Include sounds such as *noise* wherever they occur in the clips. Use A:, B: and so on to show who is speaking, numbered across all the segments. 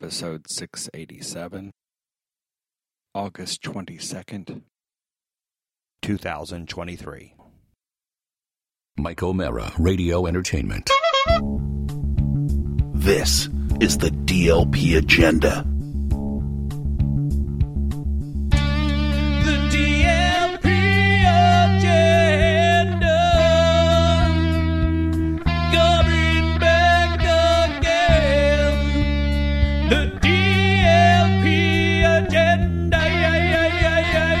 A: Episode six eighty seven August twenty second two thousand twenty three
B: Mike O'Mara, Radio Entertainment.
C: This is the DLP agenda.
D: The DLP agenda coming back again. The DLP agenda yeah, yeah, yeah, yeah,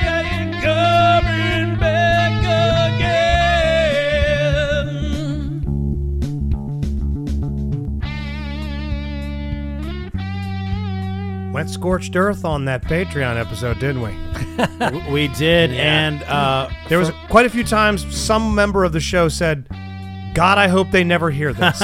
D: yeah, coming back again.
E: Went scorched earth on that Patreon episode, didn't we?
F: *laughs* We did, and uh,
E: There was quite a few times some member of the show said, "God, I hope they never *laughs* hear this."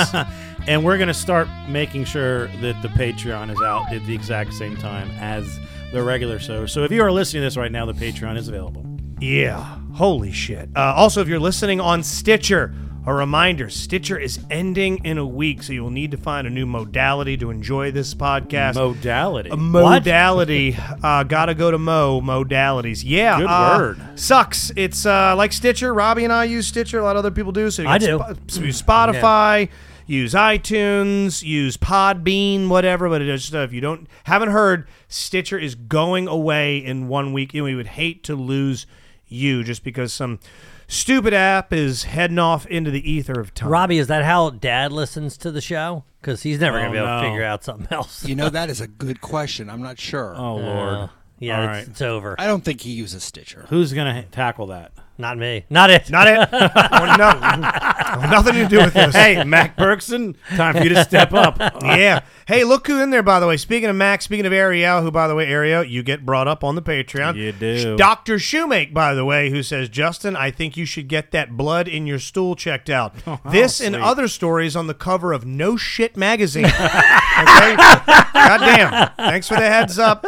F: and we're gonna start making sure that the Patreon is out at the exact same time as the regular show. So if you are listening to this right now, the Patreon is available.
E: yeah, holy shit. Uh, also, if you're listening on Stitcher, a reminder: Stitcher is ending in a week, so you'll need to find a new modality to enjoy this podcast.
F: Modality.
E: A
F: What? *laughs*
E: modality. uh, gotta go to Mo modalities. Yeah.
F: Good
E: uh,
F: word.
E: Sucks. It's uh, like Stitcher. Robbie and I use Stitcher. A lot of other people do. So you
F: I
E: can
F: do.
E: Sp- so use Spotify. Use iTunes, use Podbean, whatever. But it is uh, if you don't haven't heard, Stitcher is going away in one week, and we would hate to lose you just because some stupid app is heading off into the ether of time.
G: Robbie, is that how Dad listens to the show? Because he's never
F: Oh,
G: going to be able
F: no.
G: to figure out something *laughs* else. Uh,
A: You know that is a good question. I'm not sure.
F: Oh Lord.
G: yeah,
F: All
G: it's,
F: right.
G: it's over.
A: I don't think he uses Stitcher.
F: Who's gonna ha- tackle that?
G: Not me. Not it.
E: Not it.
F: *laughs*
E: no, nothing to do with this.
F: Hey, Mac Bergson, time for you to step up.
E: yeah. Hey, look who in there, by the way. Speaking of Max, speaking of Ariel, who, by the way, Ariel, you get brought up on the Patreon.
F: You do.
E: Dr. Shoemake, by the way, who says, Justin, I think you should get that blood in your stool checked out.
F: *laughs*
E: this and
F: Oh, sweet.
E: other stories on the cover of No Shit Magazine. *laughs* okay? Goddamn. Thanks for the heads up,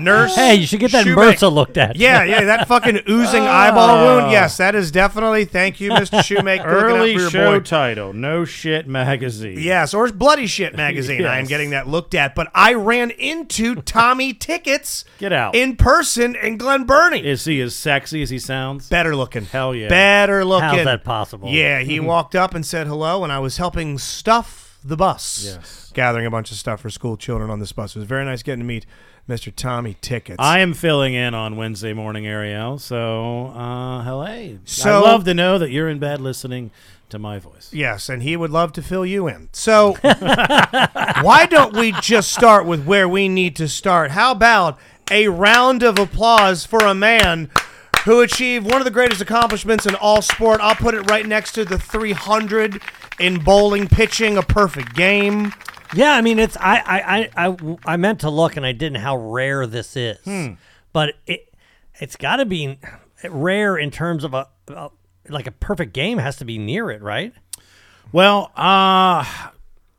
E: nurse.
G: Hey, you should get that
E: Shoemake.
G: MRSA looked at. *laughs*
E: Yeah, yeah, that
F: *laughs*
E: fucking oozing eyeball wound. Yes, that is definitely. Thank you,
F: *laughs*
E: Mr. Shoemaker.
F: Oh. Early
E: for your
F: show
E: boy.
F: title, No Shit Magazine.
E: Yes, or Bloody
F: *laughs*
E: Shit magazine. I am
F: Yes.
E: getting that looked at. But I ran into
F: *laughs*
E: Tommy Tickets
F: Get out.
E: in person in Glen Burnie.
F: Is he as sexy as he sounds?
E: Better looking.
F: Hell yeah.
E: Better looking.
G: How's that possible?
E: Yeah,
F: *laughs*
E: he walked up and said hello, and I was helping stuff the bus.
F: Yes.
E: Gathering a bunch of stuff for school children on this bus. It was very nice getting to meet Mr. Tommy Tickets.
F: I am filling in on Wednesday morning, Ariel. So, uh, hello. I
E: So-
F: love to know that you're in bed listening to my voice.
E: Yes, and he would love to fill you in. So, *laughs* why don't we just start with where we need to start? How about a round of applause for a man who achieved one of the greatest accomplishments in all sport? I'll put it right next to the 300 in bowling, pitching a perfect game.
G: Yeah, I mean, it's I I I I, I meant to look and I didn't how rare this is,
F: Hmm.
G: but it it's got to be rare in terms of a, a like a perfect game has to be near it, right?
F: Well, uh,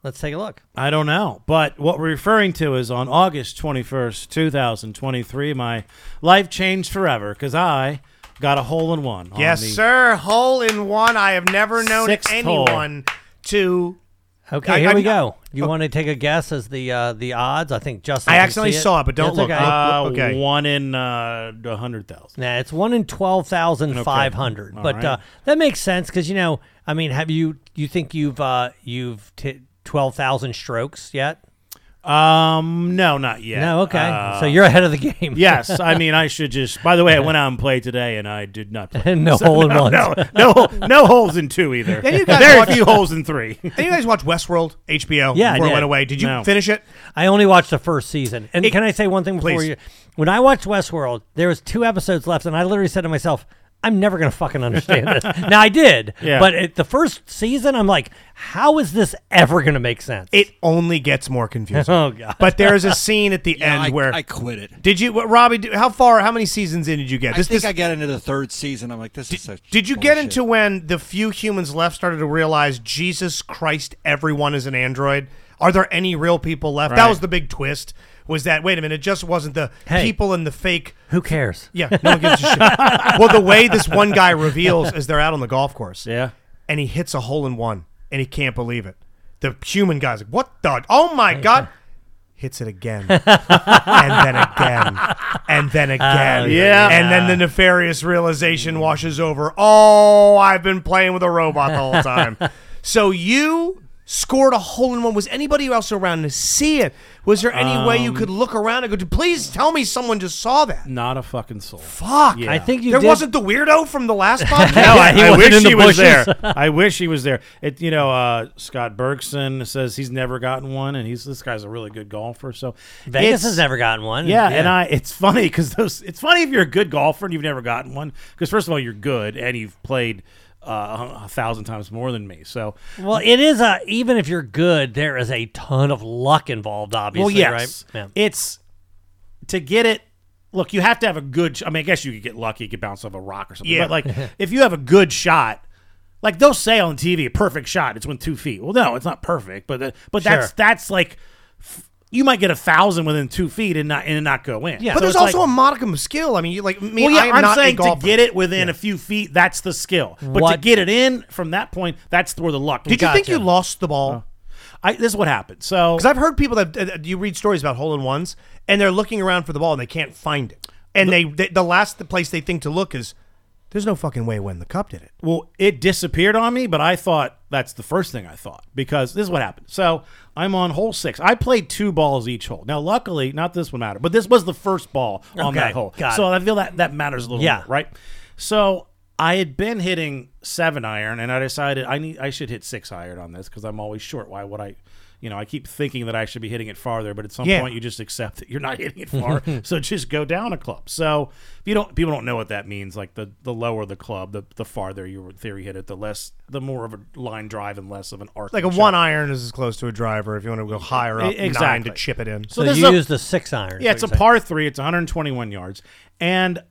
G: Let's take a look.
F: I don't know. But what we're referring to is on August 21st, 2023, my life changed forever because I got a hole in one. on
E: Yes,
F: the
E: sir. Hole in one. I have never known
F: Sixth hole.
E: anyone to.
G: Okay,
E: I-
G: here
E: I'm
G: we
E: not-
G: go. You want to take a guess as the uh, the odds? I think Justin.
E: I
G: can
E: accidentally
G: see
E: saw it, but don't
G: It's
E: look.
G: okay.
F: Uh,
E: Okay.
F: One in uh, 100,000.
G: Nah, it's one in twelve thousand five hundred,
F: All
G: but
F: right.
G: uh, that makes sense because you know, I mean, have you you think you've uh, you've t- twelve thousand strokes yet?
F: Um, no, not yet.
G: No, okay,
F: Uh,
G: so you're ahead of the game.
F: yes, I mean I should just. By the way, I went out and played today, and I did not. Play.
G: *laughs*
F: *laughs*
G: no hole in one.
F: No, no, no holes in two either.
E: Then you guys
F: Very
E: watch-
F: few holes
E: *laughs*
F: in three.
E: Did you guys watch Westworld HBO?
G: Yeah, I
E: before it
G: did.
E: went away. Did you
F: No.
E: finish it?
G: I only watched the first season. And
E: It-
G: can I say one thing before
E: Please.
G: you? When I watched Westworld, there was two episodes left, and I literally said to myself, "I'm never gonna fucking understand
F: *laughs*
G: this." now I did,
F: Yeah.
G: but at the first season, I'm like, "How is this ever gonna make sense?"
E: It only gets more confusing.
G: *laughs* Oh, God.
E: But there is a scene at the
A: Yeah,
E: end
A: I,
E: where
A: I quit it.
E: did you, what, Robbie? do- How far? How many seasons in did you get?
A: I
E: This-
A: think
E: this-
A: I got into the third season. I'm like, this is such
E: did you
A: bullshit.
E: get into when the few humans left started to realize Jesus Christ, everyone is an android? Are there any real people left? That
F: Right.
E: was the big twist. Was that wait a minute? It just wasn't the
G: Hey.
E: people and the fake.
G: Who cares?
E: Yeah, no one gives a shit.
F: *laughs*
E: well, the way this one guy reveals is they're out on the golf course.
F: Yeah.
E: and he hits a hole in one, and he can't believe it. The human guy's like, "What the? Oh my god!" hits it again, and then again, and
F: *laughs*
E: then again.
F: Oh, yeah.
E: And then the nefarious realization washes over. Oh, I've been playing with a robot the whole time. so you scored a hole in one. Was anybody else around to see it? Was there any way
F: Um,
E: you could look around and go, please tell me someone just saw that?
F: Not a fucking soul.
E: Fuck.
G: I think you
E: there
G: did-
E: wasn't the weirdo from the
F: *laughs*
E: last podcast.
F: No, I,
G: He
F: I
G: wasn't
F: wish
G: in the
F: he was
G: bushes.
F: there. *laughs* I wish he was there. It, you know, uh, Scott Bergson says he's never gotten one, and he's this guy's a really good golfer. So
G: Vegas
F: it's-
G: has never gotten one.
F: Yeah, and I it's funny because those it's funny if you're a good golfer and you've never gotten one because first of all you're good and you've played uh, a thousand times more than me. So
G: well, it is a even if you're good, there is a ton of luck involved. Obviously, right? Yeah.
F: It's to get it. Look, you have to have a good. sh- I mean, I guess you could get lucky, you could bounce off a rock or something.
E: Yeah.
F: But
G: *laughs*
F: like, if you have a good shot, like they'll say on TV, perfect shot, it's when two feet. Well, no, it's not perfect, but the, but that's
G: Sure.
F: that's like f- you might get a thousand within two feet and not and it not go in.
G: Yeah.
E: But
G: So
E: there's
F: it's like-
E: also a modicum of skill. I mean, you like me.
F: well, yeah,
E: I am
F: I'm
E: not a
F: saying to
E: golfer.
F: get it within a few feet, that's the skill. But to
G: What-
F: get it in from that point, that's where the luck.
E: Did you think you
F: Gotcha. Oh.
E: lost the ball?
F: I, this is what happened. So
E: Because I've heard people that uh, you read stories about hole in ones, and they're looking around for the ball and they can't find it, and they, they the last place they think to look is there's no fucking way when the cup did it.
F: Well, it disappeared on me, but I thought that's the first thing I thought because this is what happened. So I'm on hole six. I played two balls each hole. Now, luckily, not this one mattered, but this was the first ball on
G: Okay,
F: that hole.
G: got
F: so I feel that that matters a little
G: Yeah.
F: more, right? So I had been hitting seven iron, and I decided I need I should hit six iron on this because I'm always short. Why would I? You know, I keep thinking that I should be hitting it farther, but at some
E: Yeah.
F: point you just accept that you're not hitting
G: *laughs*
F: it far, so just go down a club. So if you don't, people don't know what that means. Like the the lower the club, the the farther your theory hit it, the less, the more of a line drive and less of an arc.
E: Like a
F: shot.
E: one iron is as close to a driver if you want to go higher up, nine to
F: E-, Exactly.
E: chip it in.
G: So,
F: this
G: you
F: is a-
G: used a six iron.
F: Yeah, it's a
G: part.
F: par three. It's 121 yards, and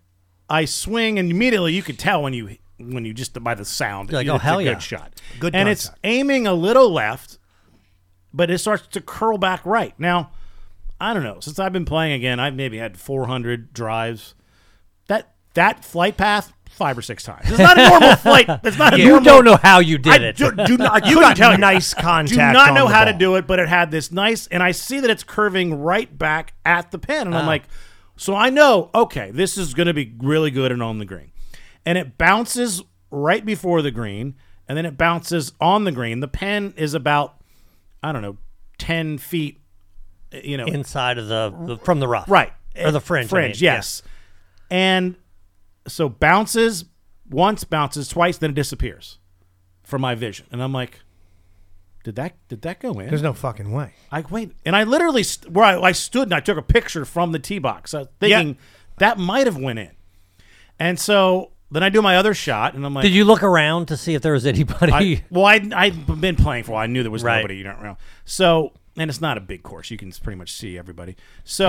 F: I swing, and immediately you could tell when you when you just by the sound,
G: You're like,
F: it's
G: "Oh, hell
F: a
G: yeah."
F: good shot,
E: Good
F: and it's
E: contact.
F: aiming a little left, but it starts to curl back right. Now, I don't know. Since I've been playing again, I've maybe had 400 drives. That that flight path five or six times. It's not
G: *laughs*
F: a normal flight. It's not a
G: You
F: normal
G: don't know how you did
F: I
G: it.
F: Do, do
E: *laughs*
F: not, you
E: got
F: got tell you.
E: nice contact
F: Do not
E: on
F: know
E: the
F: how to
E: ball.
F: do it, but it had this nice, and I see that it's curving right back at the pin,
E: Ah.
F: and I'm like, so I know, okay, this is going to be really good and on the green, and it bounces right before the green, and then it bounces on the green. The pin is about, I don't know, ten feet, you know,
G: inside of the, the- from the rough,
F: Right.
G: Or the fringe. I
F: Fringe,
G: mean.
F: yes. And so bounces once, bounces twice, then it disappears from my vision. And I'm like, did that did that go in?
E: There's no fucking way.
F: I wait, and I literally st- where I, I stood and I took a picture from the tee box, uh, thinking that might have went in. And so then I do my other shot, and I'm like,
G: Did you look around to see if there was anybody?
F: I, well, I I'd been playing for a while. I knew there was
G: Right.
F: nobody. You don't know. So and it's not a big course. You can pretty much see everybody. So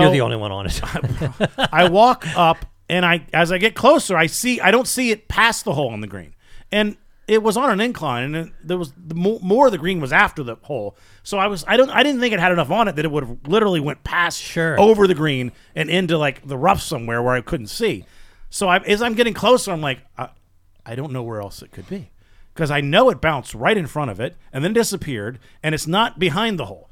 G: *laughs* You're the only one on it.
F: *laughs* I walk up and I as I get closer, I see I don't see it past the hole on the green. And it was on an incline and it, there was the more, more of the green was after the hole. So I was I don't I didn't think it had enough on it that it would have literally went past
G: Sure.
F: over the green and into like the rough somewhere where I couldn't see. So I as I'm getting closer, I'm like I, I don't know where else it could be. Cuz I know it bounced right in front of it and then disappeared and it's not behind the hole.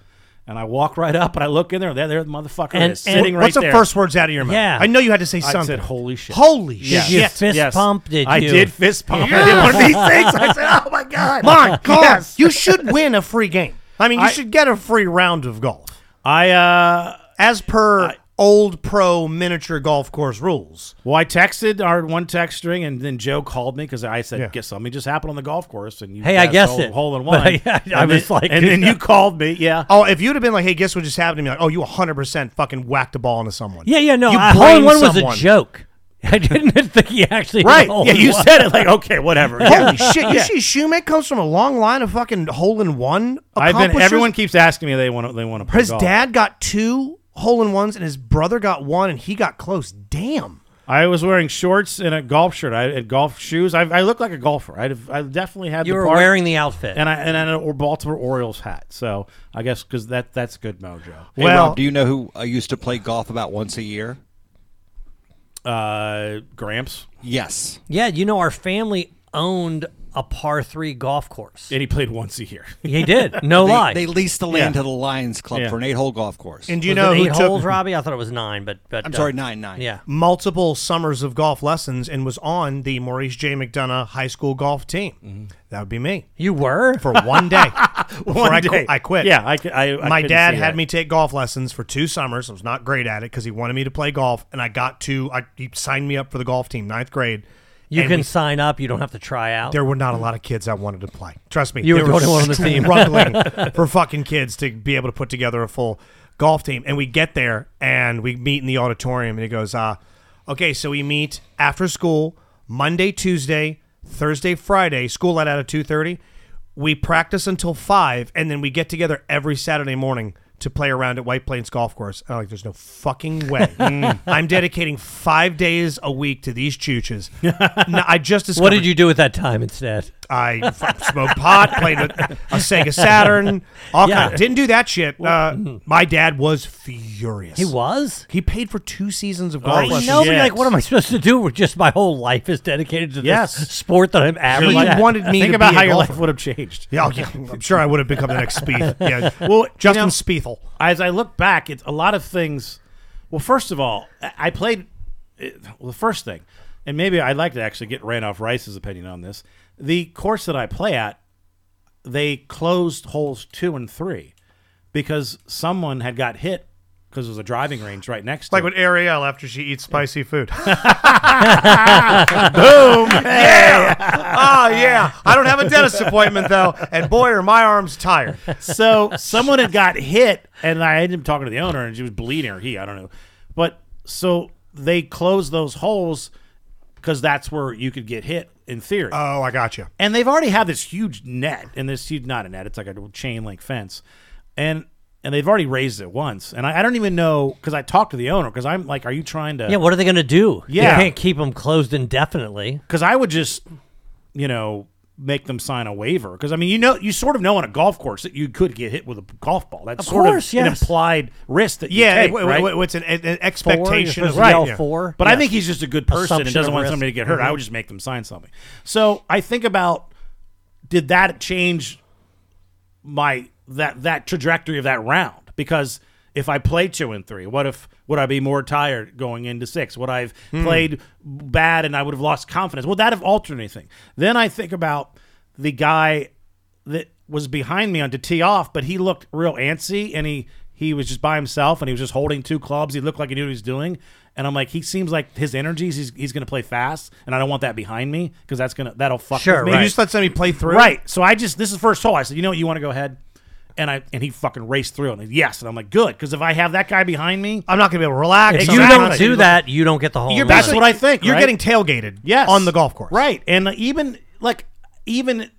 F: And I walk right up and I look in there. There, there, the motherfucker
G: And-
F: is
G: and-
F: sitting right
E: What's the
F: there.
E: first words out of your mouth?
G: Yeah.
E: I know you had to say something.
F: I said, "Holy shit!"
E: Holy
F: Yes.
G: Did you
E: shit.
G: fist pump? Did
F: I
G: you-
F: did fist pump. I did one of these
G: *laughs*
F: things. I said, "Oh my god!"
E: My God, you should win a free game. I mean, you
F: I-
E: should get a free round of golf.
F: I uh,
E: As per old pro miniature golf course rules.
F: well, I texted our one text string, and then Joe called me because I said,
E: Yeah.
F: "Guess something just happened on the golf course." And you,
G: Hey, I guessed
F: hole,
G: it. *laughs*
F: hole in
G: But
F: one.
G: I- I
F: And
G: was
F: then-
G: like-
F: and then
G: *laughs*
F: you called me. Yeah,
E: Oh, if you'd have been like, "Hey, guess what just happened to me?" Like, "Oh, you 100% fucking whacked a ball into someone."
G: *laughs* Yeah, yeah, no.
E: You
G: I, hole in
E: blame
G: one was
E: someone.
G: a joke. *laughs* I didn't think he actually.
E: Right,
G: hole
F: yeah.
G: in
F: You
G: one.
F: said it like, okay, whatever. Yeah.
E: Holy
G: *laughs*
E: shit! You see, Shoemake comes from a long line of fucking hole in one.
F: I've been.
E: accomplishers.
F: Everyone keeps asking me. They want to. They want to.
E: His dad got two hole in ones, and his brother got one, and he got close. Damn.
F: I was wearing shorts and a golf shirt. I had golf shoes. I, I look like a golfer. I I definitely had.
G: you
F: the
G: were
F: part.
G: wearing the outfit.
F: And I and I had a Baltimore Orioles hat, so I guess because that that's good mojo.
A: Hey,
E: Well-
A: Rob, do you know who I used to play golf about once a year?
F: Uh, Gramps.
A: Yes.
G: yeah, you know, our family owned a par three golf
F: *laughs*
G: course.
F: And he played once a year.
G: he did, no
A: They-
G: lie.
A: They, leased the land
F: Yeah.
A: to the Lions Club
F: Yeah.
A: for an eight-hole golf course.
E: And do you
G: Was
E: know
G: it
E: who
G: eight
E: took
G: holes, Robbie? I thought it was nine, but but
A: I'm
G: uh,
A: sorry, nine nine.
G: Yeah,
E: multiple summers of golf lessons and was on the Maurice J. McDonough high school golf team? That would be me
G: you were.
E: for one day. Before
F: One
E: I, qu-
F: day.
E: I quit.
F: Yeah, I, cou- I- I
E: my
F: couldn't
E: dad
F: see
E: had
F: that.
E: me take golf lessons for two summers. I was not great at it because he wanted me to play golf, and I got to. I, he signed me up for the golf team, ninth grade.
G: you
E: and
G: can
E: we-
G: sign up. You don't have to try out.
E: there were not a lot of kids I wanted to play. Trust me,
G: You
E: they
G: were the
E: *laughs*
G: only one on the team. *laughs*
E: struggling for fucking kids to be able to put together a full golf team. And we get there and we meet in the auditorium, and he goes, uh, "Okay, so we meet after school Monday, Tuesday, Thursday, Friday. School let out at two thirty. We practice until five, and then we get together every Saturday morning." To play around at White Plains Golf Course, And I'm like, "There's no fucking
G: *laughs*
E: way."
G: Mm.
E: I'm dedicating five days a week to these chooches.
G: *laughs*
E: no, I just discovered.
G: what did you do at that time instead?
E: I f- smoked pot, played a, a Sega Saturn, all
G: Yeah. mm-hmm.
E: kind. Didn't do that shit. Uh, my dad was furious.
G: He Oh, was.
E: He paid for two seasons of golf
G: I
F: I
E: lessons.
G: know, but
F: shit.
G: like, what am I supposed to do? With just my whole life is dedicated to this
F: Yes.
G: sport that I'm
E: He
G: average at.
E: wanted me
F: Think
E: to
F: about
E: be
F: how
E: a
F: your
E: golfer.
F: life would have changed.
E: Yeah, oh, yeah, I'm sure I would have become the next
G: *laughs*
E: Spieth. Yeah,
F: Well,
E: Justin
F: you know-
E: Spiethel.
F: As I look back, it's a lot of things. Well, first of all, I I played. it- Well, the first thing, and maybe I'd like to actually get Randolph Rice's opinion on this. The course that I play at, they closed holes two and three because someone had got hit because it was a driving range right next to
E: Like
F: it.
E: with Ariel after she eats spicy *laughs* food. Boom! Yeah! Oh, yeah. I don't have a dentist appointment, though. And boy, are my arms tired.
F: so someone had got hit, and I ended up talking to the owner, and she was bleeding, or he, I don't know. But so they closed those holes because that's where you could get hit in theory.
G: Uh,
E: Oh, I got you.
F: and they've already had this huge net, and this huge not a net, it's like a chain link fence, and and they've already raised it once, and I, I don't even know because I talked to the owner because I'm like, are you trying to?
G: yeah, what are they going to do?
F: Yeah.
G: you can't keep them closed indefinitely.
F: because I would just, you know, make them sign a waiver. Because I mean, you know, you sort of know on a golf course that you could get hit with a golf ball. That's
G: Of
F: sort
G: course,
F: of an
G: yes.
F: implied risk that you
E: Yeah,
F: take,
E: it-
F: right?
E: it- it's an, an
G: Four, you're
E: expectation
G: supposed
E: of
G: to yell
E: yeah.
G: four.
F: But I
G: Yeah.
F: think he's just a good person and
G: Assumption
F: doesn't
G: of
F: want
G: risk.
F: somebody to get hurt.
E: Mm-hmm.
F: I would just make them sign something. So I think about did that change my that that trajectory of that round? Because if I play two and three, what if would I be more tired going into six? Would I've played bad and I would have lost confidence? Would that have altered anything? Then I think about the guy that was behind me on to tee off, but he looked real antsy and he he was just by himself and he was just holding two clubs. He looked like he knew what he was doing. And I'm like, he seems like his energies. He's he's gonna play fast, and I don't want that behind me because that's gonna that'll fuck
G: Sure,
F: with me.
E: Maybe you just let somebody play through.
F: Right. So I just this is first hole. I said, you know what, you want to go ahead, and I and he fucking raced through and yes, and I'm like, good, because if I have that guy behind me,
E: I'm not going to be able to relax.
G: If
E: I'm
G: you
E: not
G: don't
E: gonna-
G: do that, you don't get the whole.
E: You're
F: That's
E: basically-
F: what I think,
E: You're
F: right?
E: getting tailgated.
F: yes,
E: on the golf course.
F: right? And uh, even like even.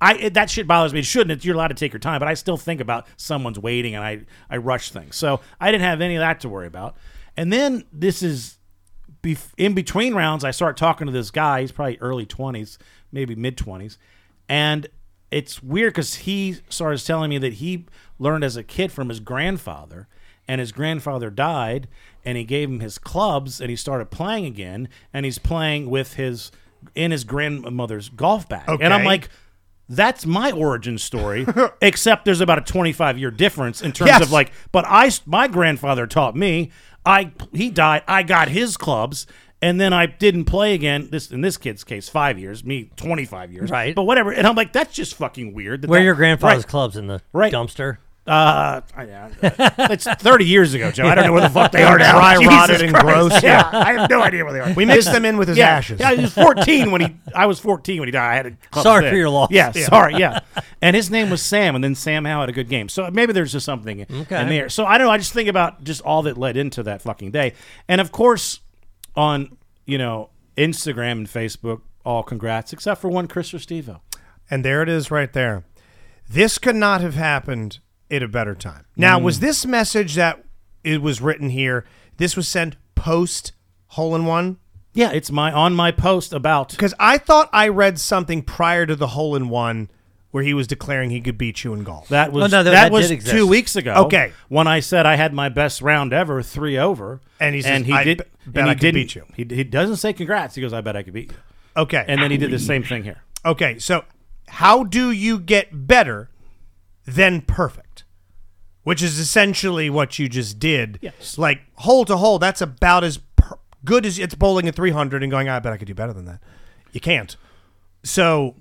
F: I, it, that shit bothers me. It shouldn't. It's- You're allowed to take your time, but I still think about someone's waiting, and I I rush things. So I didn't have any of that to worry about. And then this is bef- in between rounds, I start talking to this guy. He's probably early 20s, maybe mid 20s. And it's weird because he starts telling me that he learned as a kid from his grandfather. And his grandfather died, and he gave him his clubs, and he started playing again. And he's playing with his in his grandmother's golf bag. And I'm
E: Okay.
F: like, that's my origin
G: *laughs*
F: story. except there's about a 25 year difference in terms
E: Yes.
F: of like but I, my grandfather taught me. I he died. I got his clubs, and then I didn't play again. This in this kid's case, five years. Me, twenty five years.
G: Right.
F: But whatever. And I'm like, that's just fucking weird. that
G: Where
F: that-
G: your grandfather's
F: Right.
G: clubs in the
F: Right.
G: dumpster?
F: Uh, I- I- it's thirty years ago, Joe. I don't know where the fuck they are now. *laughs*
E: Dry,
F: Jesus
E: rotted, and
F: Christ.
E: gross,
F: Yeah. I have no idea where they are.
E: We
F: *laughs*
E: mixed them in with his
F: yeah,
E: ashes.
F: Yeah, he was fourteen when he. I was fourteen when he died. I had a club
G: Sorry
F: then.
G: for your loss.
F: Yeah,
G: Yeah.
F: sorry. Yeah, and his name was Sam, and then Sam Howe had a good game. So maybe there's just something
G: Okay.
F: in there. So I don't know. I just think about just all that led into that fucking day, and of course, on you know Instagram and Facebook, all congrats except for one Chris Restivo.
E: And there it is right there. This could not have happened at a better time. Now,
F: Mm.
E: was this message that it was written here, this was sent post hole in one?
F: Yeah, it's my on my post about
E: Because I thought I read something prior to the hole in one where he was declaring he could beat you in golf.
F: That was
G: Oh, no,
F: that,
G: that- that
F: was
G: did exist.
F: two weeks ago.
E: Okay.
F: when I said I had my best round ever, three over,
E: And he says,
F: and he
E: "I
F: did,
E: bet
F: and
E: I
F: he
E: could
F: didn't
E: beat you.
F: He, he doesn't say congrats. He goes, "I bet I could beat you,"
E: okay. *laughs*
F: and then he did the same thing here.
E: Okay, so how do you get better than perfect? Which is essentially what you just did.
F: Yes.
E: Like hole to hole, that's about as per- good as it's bowling at 300 and going, "Ah, I bet I could do better than that. You can't. So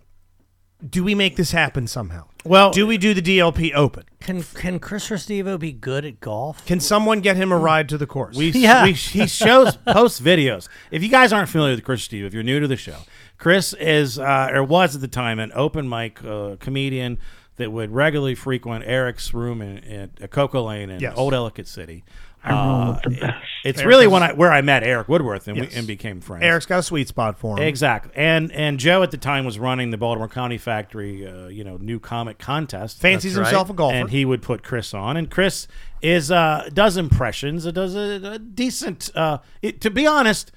E: do we make this happen somehow?
F: Well-
E: do we do the DLP open?
G: Can can Chris Restivo be good at golf?
E: Can someone get him a ride to the course? *laughs*
F: We,
G: Yeah.
F: we- he shows posts videos. If you guys aren't familiar with Chris Steve, if you're new to the show, Chris is uh, or was at the time an open mic uh, comedian that would regularly frequent Eric's room in, in, at Coco Lane in
E: Yes.
F: Old Ellicott City. Uh, it- it's really when I where I met Eric Woodworth and
E: Yes.
F: we and became friends.
E: Eric's got a sweet spot for him.
F: Exactly, and and Joe at the time was running the Baltimore County Factory, uh, you know, new comic contest.
E: Fancies
F: That's
E: himself a golfer.
F: and he would put Chris on, and Chris is uh, does impressions. It does a, a decent. Uh, it, to be honest,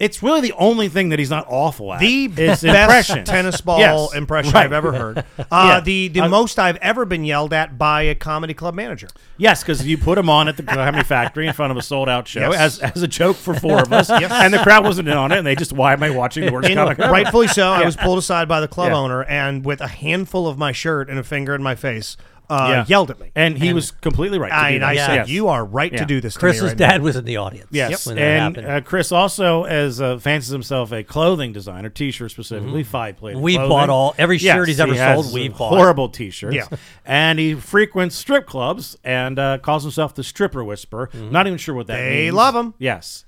F: it's really the only thing that he's not awful at.
E: the
F: is
E: best
F: impressions.
E: tennis ball
F: Yes.
E: impression
F: Right.
E: I've ever
F: *laughs*
E: heard. Uh,
F: Yeah.
E: The the
F: Uh,
E: most I've ever been yelled at by a comedy club manager.
F: Yes, because you put him on at the Comedy Factory in front of a sold out show
E: Yes.
F: as, as a joke for four of
E: *laughs*
F: us, and the crowd wasn't in on it, and they just why am I watching the worst
E: And
F: comic? ever?"
E: rightfully so, I was pulled aside by the club
F: Yeah.
E: owner and with a handful of my shirt and a finger in my face, uh,
F: Yeah.
E: yelled at me.
F: and he was completely right. to
E: I,
F: do
E: and I
F: that.
E: said,
F: Yes.
E: "You are right
F: Yeah.
E: to do this." to me
G: Chris's
E: right now."
G: dad was in the audience.
F: Yes,
G: when that
F: and
G: happened.
F: uh, Chris also as uh, fancies himself a clothing designer, t-shirt specifically, five plated.
G: Mm-hmm. We
F: clothing.
G: bought all- every shirt he's ever
F: he has
G: sold, we
F: some
G: bought.
F: horrible t-shirts.
E: Yeah.
F: and he frequents strip clubs and uh, calls himself the stripper whisperer. Not even sure what that means.
E: They love him.
F: Yes,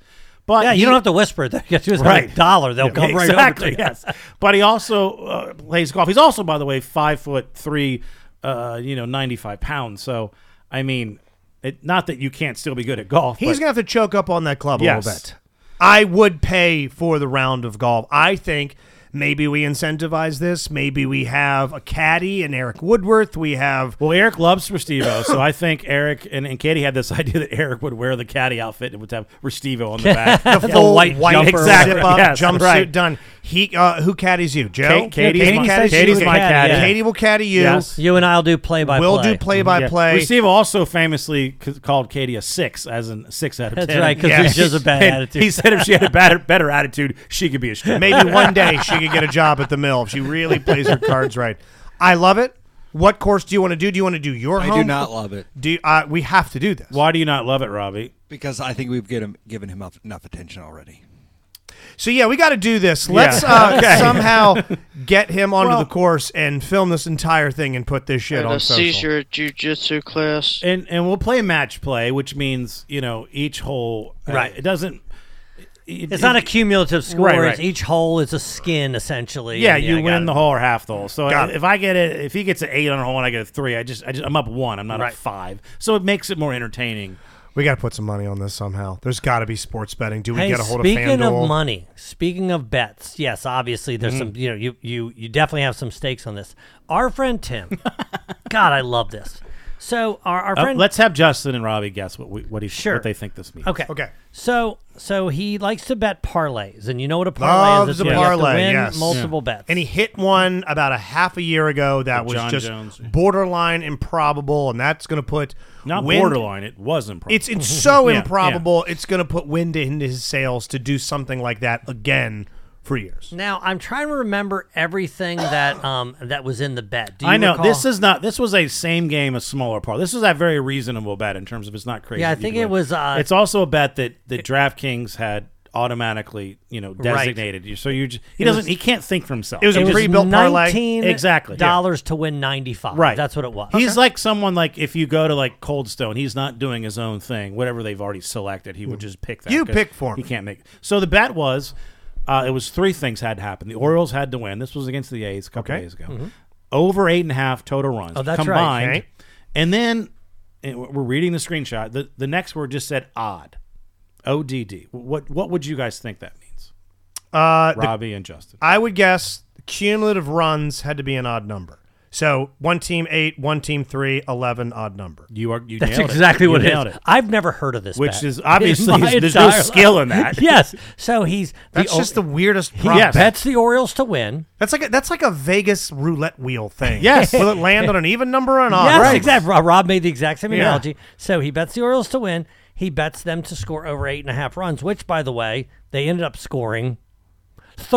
F: but
G: Mm-hmm. yeah,
F: he-
G: you don't have to whisper it. *laughs* All You have to just have
F: Right.
G: a dollar. They'll come right
F: exactly.
G: over to you.
F: yes, but he also uh, plays golf. He's also, by the way, five foot three, uh, you know, ninety five pounds. So I mean, it, not that you can't still be good at golf.
E: He's
F: but-
E: gonna have to choke up on that club
F: Yes.
E: a little bit. I would pay for the round of golf. I think maybe we incentivize this. Maybe we have a caddy and Eric Woodworth. We have
F: Well, Eric loves Restivo, so I think Eric and, and Katie had this *laughs* idea that Eric would wear the caddy outfit and would have Restivo on *laughs* the back.
E: the full white,
F: jumper. Exactly.
E: zip up
F: Yes,
E: jumpsuit
F: right.
E: done. He uh, who caddies you, Joe?
F: Ka- Katie's
G: my-
E: caddies you.
G: Katie's my caddy, yeah.
E: Katie will caddy you.
F: Yes.
G: You and I'll do play by
E: We'll
G: play.
E: do play by play.
F: Restivo also famously c- called Katie a six, as in six out of
G: That's
F: ten.
G: right, 'cause
E: Yes.
G: there's just a bad
F: And
G: attitude.
F: He said if she had a better, better attitude, she could be a stripper.
E: Maybe one day she could get a job at the mill if she really plays her cards right. I love it. What course do you want to do? Do you want to do your
A: I
E: home?
A: do not love it
E: Do you, uh, we have to do this?
F: Why do you not love it, Robbie?
A: because I think we've get him, given him enough- enough attention already.
E: So yeah, we got to do this. Let's uh, somehow get him onto the course and film this entire thing and put this shit
H: had
E: on
H: a
E: social.
H: seizure at jujitsu class.
F: And and we'll play match play, which means you know each hole. uh,
G: Right.
F: it doesn't. it-
G: It's not a
F: it-
G: cumulative score.
F: Right, right.
G: It's each hole is a skin essentially.
F: Yeah,
G: and
F: you
G: I got
F: win the
G: it.
F: hole or half the hole. So
E: Got
F: if,
E: it.
F: I get it, if he gets an eight on a hole and I get a three, I just, I just I'm up one. I'm not up
G: Right.
F: five. So it makes it more entertaining.
E: We got to put some money on this somehow. There's got to be sports betting. Do we
G: Hey,
E: get a hold
G: speaking
E: of
G: of,
E: FanDuel? Mm-hmm.
G: money, speaking of bets, yes, obviously there's some. You know, you you you definitely have some stakes on this. Our
E: *laughs*
G: friend Tim, God, I love this. So our our
F: Uh,
G: friend,
F: let's have Justin and Robbie guess what we, what he
G: Sure.
F: what they think this means.
G: okay,
E: Okay.
G: So so he likes to bet parlays, and you know what a parlay
E: Loves
G: is? It's
E: a
G: where you have to
E: parlay,
G: win
E: yes.
G: multiple bets.
E: And he hit one about a half a year ago that
F: With
E: was
F: John
E: just
F: Jones.
E: borderline improbable, and that's going to put
F: Not
E: wind-
F: borderline. It was improbable.
E: It's
F: *laughs*
E: it's so
F: Yeah, yeah.
E: improbable. It's going to put wind into his sails to do something like that again for years.
G: Now I'm trying to remember everything that um that was in the bet. Do you
F: I know
G: recall?
F: this is not. This was a same game, a smaller part. This was a very reasonable bet in terms of it's not crazy.
G: Yeah, I
F: that
G: think
F: you'd
G: it
F: win.
G: was, uh,
F: it's also a bet that that DraftKings had automatically, you know, designated you. So you just, he doesn't.
G: was-
F: he can't think for himself.
E: It was a
F: He just-
E: pre-built parlay.
G: nineteen
F: Exactly, yeah.
G: dollars to win ninety five.
F: Right.
G: that's what it was.
F: He's like someone like if you go to like Coldstone, he's not doing his own thing. Whatever they've already selected, he
G: Hmm.
F: would just pick that.
E: You
F: 'cause
E: pick for him.
F: He can't make. So the bet was, uh, it was three things had to happen. The Orioles had to win. This was against the A's a couple
E: Okay.
F: days ago. Over eight and a half total runs
G: Mm-hmm. Oh, that's right.
F: combined,
E: Okay.
F: and then and we're we're reading the screenshot. The the next word just said odd, O D D. What what would you guys think that means,
E: Uh, the-
F: Robbie and Justin?
E: I would guess cumulative runs had to be an odd number. So one team eight, one team three, 11 odd number.
F: You are you.
G: That's
F: nailed it.
G: exactly
F: You
G: what it
F: nailed
G: is. I've never heard of this,
F: Which
G: bet *laughs*
F: is
G: in
F: obviously-
G: my
F: there's no
G: entire
F: skill
G: life.
F: in
G: *laughs*
F: that.
G: yes. So he's the
E: That's
G: o-
E: just the weirdest.
G: he
E: prop.
F: Yes.
G: bets the Orioles to win.
E: That's like a, that's like a Vegas roulette wheel thing.
F: Yes.
E: Will it land on an even number or an odd?
G: yes,
E: number?
G: exactly. Ro- Rob made the exact same
E: Yeah.
G: analogy. So he bets the Orioles to win. He bets them to score over eight and a half runs, which, by the way, they ended up scoring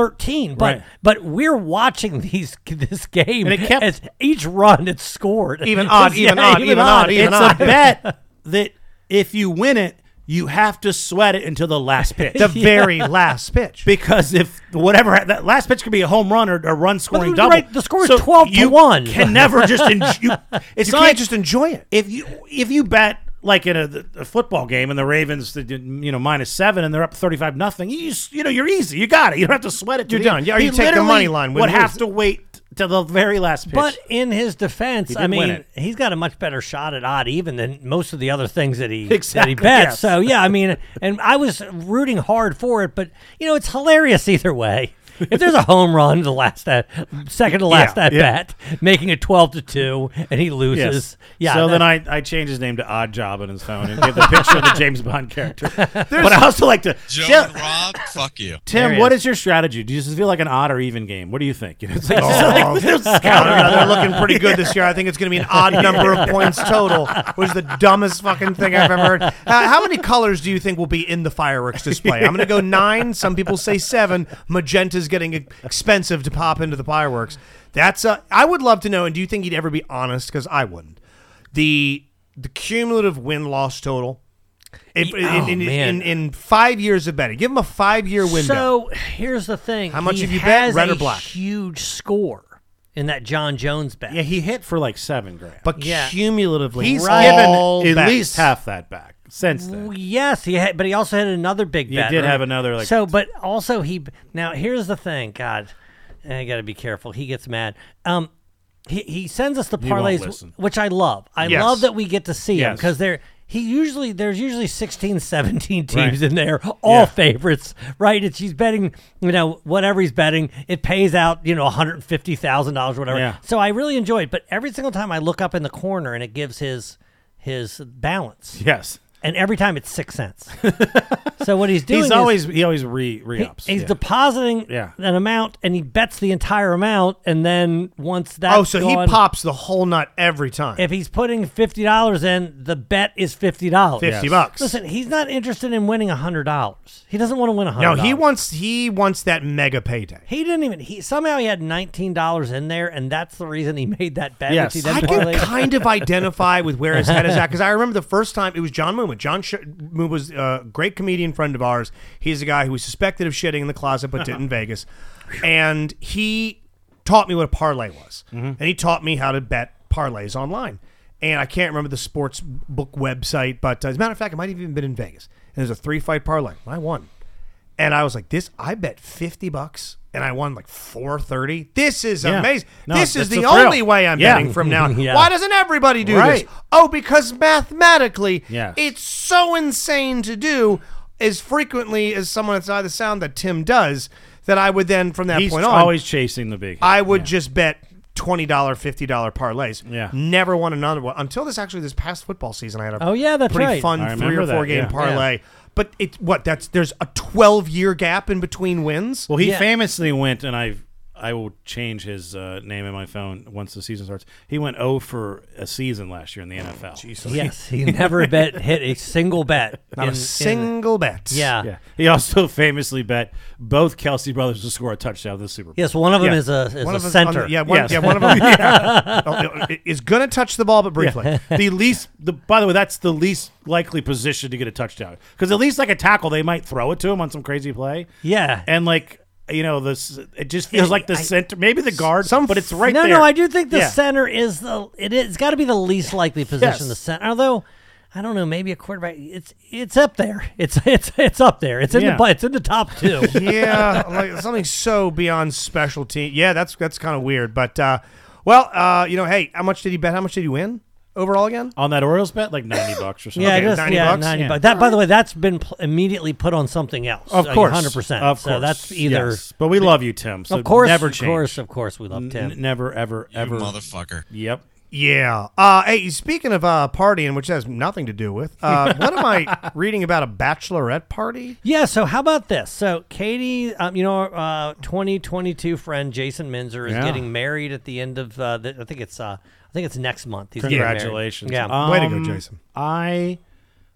G: 13. But
F: Right.
G: but we're watching *laughs* these this game
F: And it kept-
G: as each run it's scored.
E: Even odd, even odd, even odd, even
F: it's
E: odd.
F: a *laughs* bet that if you win it, you have to sweat it until the last pitch.
G: *laughs*
E: The very last pitch.
F: *laughs* because if whatever that last pitch could be a home run or a run scoring
G: the
F: double,
G: right- the score is 12 to
F: you
G: 1.
F: Can
E: *laughs*
F: never just enjoy. You, it's
E: You
F: not
E: can't
F: like
E: just enjoy it.
F: if you if you bet like in a, a football game and the Ravens they did, you know minus seven and they're up thirty five nothing. You just- you know you're easy. You got it. You don't have to sweat it. to
E: You're
F: the
E: done.
F: end.
E: Yeah, or
F: He
E: you take the
F: literally
E: money line, win,
F: Would have
E: lose.
F: to wait to the very last pitch.
G: But in his defense, I
F: did
G: mean,
F: win it.
G: he's got a much better shot at odd even than most of the other things that he
F: Exactly,
G: that he bets.
F: yes.
G: So yeah, I mean, and I was rooting hard for it, but you know, it's hilarious either way. If there's a home run, the last at second to last
F: Yeah,
G: at
F: yeah.
G: bat, making it twelve to two, and he loses. Yeah.
F: So
G: that-
F: then I, I changed his name to Odd Job on his phone and gave the picture of the James Bond character.
G: *laughs*
F: but I also like to
I: Joe
F: Tim-
I: and Rob, fuck you.
G: There
F: Tim,
G: he
F: what
G: is.
F: is your strategy? Do you just feel like an odd or even game? What do you think? *laughs* You know, It's like, it's like- it's
E: I don't
F: kind of-
E: know. Oh. They're looking pretty good this year. I think it's going to be an odd number of points total, which is the dumbest fucking thing I've ever heard. Uh, how many colors do you think will be in the fireworks display? I'm going to go nine. Some people say seven. Magenta's getting e- expensive to pop into the fireworks. That's uh, I would love to know. And do you think he'd ever be honest? Because I wouldn't. The the cumulative win loss total. If-
G: Oh,
E: in, in,
G: man.
E: in, in five years of betting, give him a five year window.
G: So here's the thing.
E: How much
G: He
E: have you bet,
G: has
E: red or
G: a
E: black?
G: Huge score in that John Jones bet.
F: yeah, he hit for like seven grand.
E: but
G: yeah.
E: cumulatively,
F: he's
E: right. all
F: given at
E: bets.
F: least half that back since
G: Well,
F: then.
G: Yes, he had, but he also had another big
F: He
G: bet.
F: did
G: right?
F: have another, like-
G: so. But also he now here's the thing. God, I got to be careful. He gets mad. Um, he he sends us the
F: won't
G: parlays,
F: listen.
G: which I love. I
E: Yes.
G: love that we get to see him
F: Yes.
G: because they're. He usually there's usually 16, 17 teams
F: Right.
G: in there, all
F: Yeah.
G: favorites, right? It's he's betting, you know, whatever he's betting, it pays out, you know, one hundred fifty thousand dollars, whatever.
F: Yeah.
G: So I really enjoy it, but every single time I look up in the corner and it gives his his balance
F: Yes.
G: and every time it's six
F: *laughs*
G: cents. so what he's doing
F: He's
G: is
F: always he always re re
G: he-
F: ups.
G: he's depositing
F: Yeah.
G: an amount and he bets the entire amount, and then once that
E: Oh, so he pops the whole nut every time.
G: If he's putting fifty dollars in, the bet is fifty dollars.
E: Fifty bucks.
G: Listen, he's not interested in winning hundred dollars. He doesn't want to win a
E: no,
G: hundred.
E: he wants he wants that mega payday.
G: He didn't even. He somehow he had nineteen dollars in there, and that's the reason he made that bet.
F: Yes.
G: which he then
E: I can
G: parlayed.
E: kind of identify with where his head is at because I remember the first time it was John Moon. John Sh- Moon was a great comedian friend of ours. He's a guy who was suspected of shitting in the closet but
F: *laughs*
E: did in Vegas, and he taught me what a parlay was,
F: Mm-hmm.
E: and he taught me how to bet parlays online. And I can't remember the sports book website, but uh, as a matter of fact, it might have even been in Vegas. And there's a three fight parlay. I won. And I was like, this, I bet 50 bucks and I won like 430. This is
F: Yeah.
E: amazing.
F: No,
E: this is
F: that's
E: the
F: a thrill.
E: only way I'm
F: Yeah.
E: betting from *laughs* now. on.
G: Yeah.
E: Why doesn't everybody do
F: Right.
E: this? Oh, because mathematically,
F: Yes.
E: it's so insane to do as frequently as someone outside the sound that Tim does that I would then, from that
F: he's
E: point on,
F: always chasing the big. hit.
E: I would just bet $20, $50 parlays.
F: Yeah.
E: Never won another one until this actually, this past football season, I had a
G: Oh, yeah, that's
E: pretty
G: right.
F: I
E: fun three
F: remember
E: or
F: that,
E: four game
F: yeah.
E: parlay. But it's what that's there's a 12 year gap in between wins.
F: Well, he
G: Yeah.
F: famously went, and I I will change his uh, name in my phone once the season starts. He went 0 for a season last year in the NFL.
G: yes,
E: *laughs*
G: he never bet hit a single bet.
E: Not
G: in-
E: a
G: in-
E: single bet.
G: yeah.
F: Yeah. He also *laughs* famously bet both Kelsey brothers to score a touchdown this Super Bowl.
G: Yes, one of them
F: Yeah.
G: is a is
E: One
G: a
E: of us on the-
G: center.
E: yeah, one,
F: Yes.
E: yeah, one of them yeah. *laughs* Oh, it- it's gonna touch the ball, but briefly.
G: *laughs*
F: the least the by the way that's the least likely position to get a touchdown because at least like a tackle they might throw it to him on some crazy play
G: Yeah.
F: and like you know this it just feels like the
G: I-
F: center maybe the guard
E: Some
F: but it's right
G: no,
F: there
G: no, I do think the
F: Yeah.
G: center is the it is, it's got to be the least likely position.
F: Yes.
G: The center, although I don't know, maybe a quarterback. It's it's up there. *laughs* It's it's it's up there. It's in
F: Yeah.
G: the the it's in the top
F: *laughs*
G: two.
E: yeah, like something so beyond special team. Yeah, that's that's kind of weird. But uh, well, uh, you know, hey, how much did he bet? How much did he win overall again?
F: on that Orioles bet like 90 bucks or something
G: yeah,
E: Okay,
G: just,
E: 90
G: yeah,
E: bucks?
G: 90
E: Yeah.
G: bucks. That, by the way, that's been pl- immediately put on something else.
F: of course
G: hundred percent.
F: of
G: So
F: course
G: that's either
F: yes. but we love you Tim so
G: of course,
F: never
G: of
F: change
G: course, of course, we love Tim.
F: N- never ever
I: You
F: ever
I: motherfucker.
F: yep
E: Yeah. Uh, hey, speaking of uh, partying, which has nothing to do with,
G: *laughs*
E: uh, what am I reading about a bachelorette party?
G: Yeah, so how about this? So Katie, um, you know, our, uh, 2022 friend Jason Minzer is
F: Yeah.
G: getting married at the end of uh, the, I think it's uh, I think it's next month. He's getting married.
F: congratulations
G: Yeah.
E: Way to go,
F: Um,
E: Jason.
F: I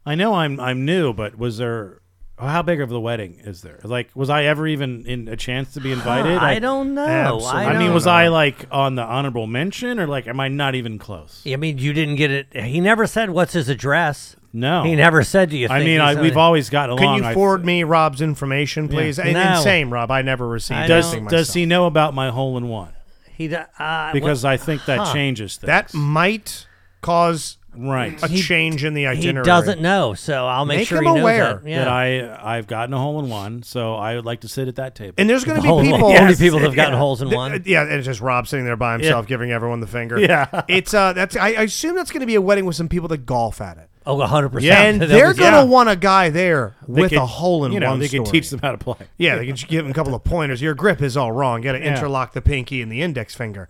F: I know I'm I'm new but was there how big of the wedding is there? Like, was I ever even in a chance to be invited?
G: I don't know.
E: Absolutely.
G: I,
F: I
G: don't
F: mean, was
G: know.
F: I like on the honorable mention, or like, am I not even close?
G: I mean, you didn't get it. He never said what's his address.
F: No,
G: He never said. Do you?
F: I
G: think he's
F: mean, I,
G: on
F: we've
G: it?"
F: always gotten
E: Can
F: along.
E: you
F: I-
E: forward me Rob's information, please? And, and
G: No.
E: same, Rob. I never received.
G: I
F: Does
E: anything
F: does
E: myself.
F: he know about my hole in one?
G: He d- uh,
F: Because
G: what-
F: I think that
G: Huh.
F: changes things.
E: That might cause
F: right.
E: a
G: He-
E: change in the
G: he
E: itinerary.
G: doesn't know, so I'll make,
E: Make
G: sure
E: him
G: he knows
E: aware
G: that. Yeah.
F: That I I've gotten a hole in one, so I would like to sit at that table.
E: And there's going to
G: Hole
E: be
G: in one.
F: *laughs*
E: people.
G: The only people that have gotten holes in
E: Th-
G: one.
E: Yeah, and it's just Rob sitting there by himself, giving everyone the finger.
F: Yeah. *laughs*
E: it's uh, that's. I, I assume that's going to be a wedding with some people that golf at it,
G: Oh, 100 percent.
F: Yeah.
E: and
F: That
E: they're
F: was-
E: going to
F: yeah.
E: want a guy there
F: They
E: with
F: could-
E: a hole in
F: you know,
E: one.
F: They
E: story.
F: could teach them how to play.
E: Yeah, they can just give them a couple of pointers. Your grip is all wrong. You got to
F: Yeah.
E: interlock the pinky and the index finger.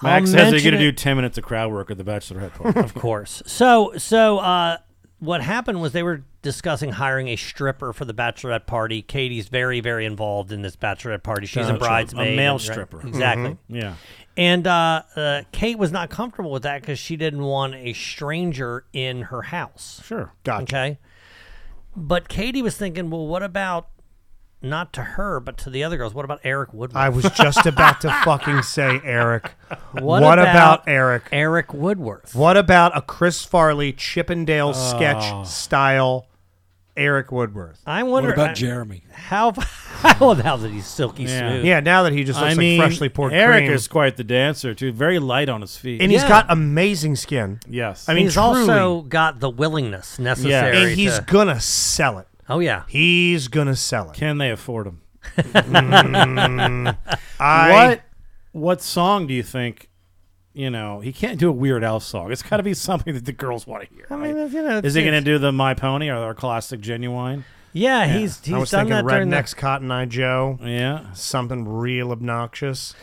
F: Max says they're
G: mention
F: going to
G: it-
F: do ten minutes of crowd work at the bachelorette
E: *laughs*
F: party.
G: of course. So, so uh, what happened was they were discussing hiring a stripper for the bachelorette party. Katie's very, very involved in this bachelorette party. She's a
F: Gotcha.
G: bridesmaid,
F: A male
G: and- right,
F: stripper. Mm-hmm.
G: exactly.
F: yeah.
G: And uh, uh, Kate was not comfortable with that because she didn't want a stranger in her house.
F: Sure.
E: Gotcha.
G: Okay. But Katie was thinking, well, what about not to her, but to the other girls? What about Eric Woodward?
E: I was just about to fucking say
F: *laughs*
E: Eric. What, about, Eric?
G: Eric Woodworth.
E: What about a Chris Farley Chippendale
F: Oh.
E: sketch style Eric Woodworth?
G: I
A: What
G: wonder
A: about
G: I-
A: Jeremy?
G: how. *laughs* How now that he's silky
F: Yeah.
G: smooth.
E: Yeah, now that he just looks
F: I
E: like
F: mean,
E: freshly poured
F: Eric
E: cream.
F: is quite the dancer too. Very light on his feet.
E: and
G: Yeah.
E: he's got amazing skin.
F: yes.
E: I mean,
G: he's
E: truly.
G: also got the willingness necessary.
E: and he's
G: to-
E: gonna sell it.
G: oh yeah,
E: He's gonna sell it.
F: can they afford him?
E: I,
F: what what song do you think? You know, he can't do a Weird Al song. It's got to be something that the girls want to hear. right?
G: you know,
F: Is he going to do the My Pony or our classic Genuine?
G: Yeah, he's he's
E: I was
G: done
E: thinking
G: that during the
E: Rednecks, Cotton Eye Joe,
F: Yeah.
E: something real obnoxious.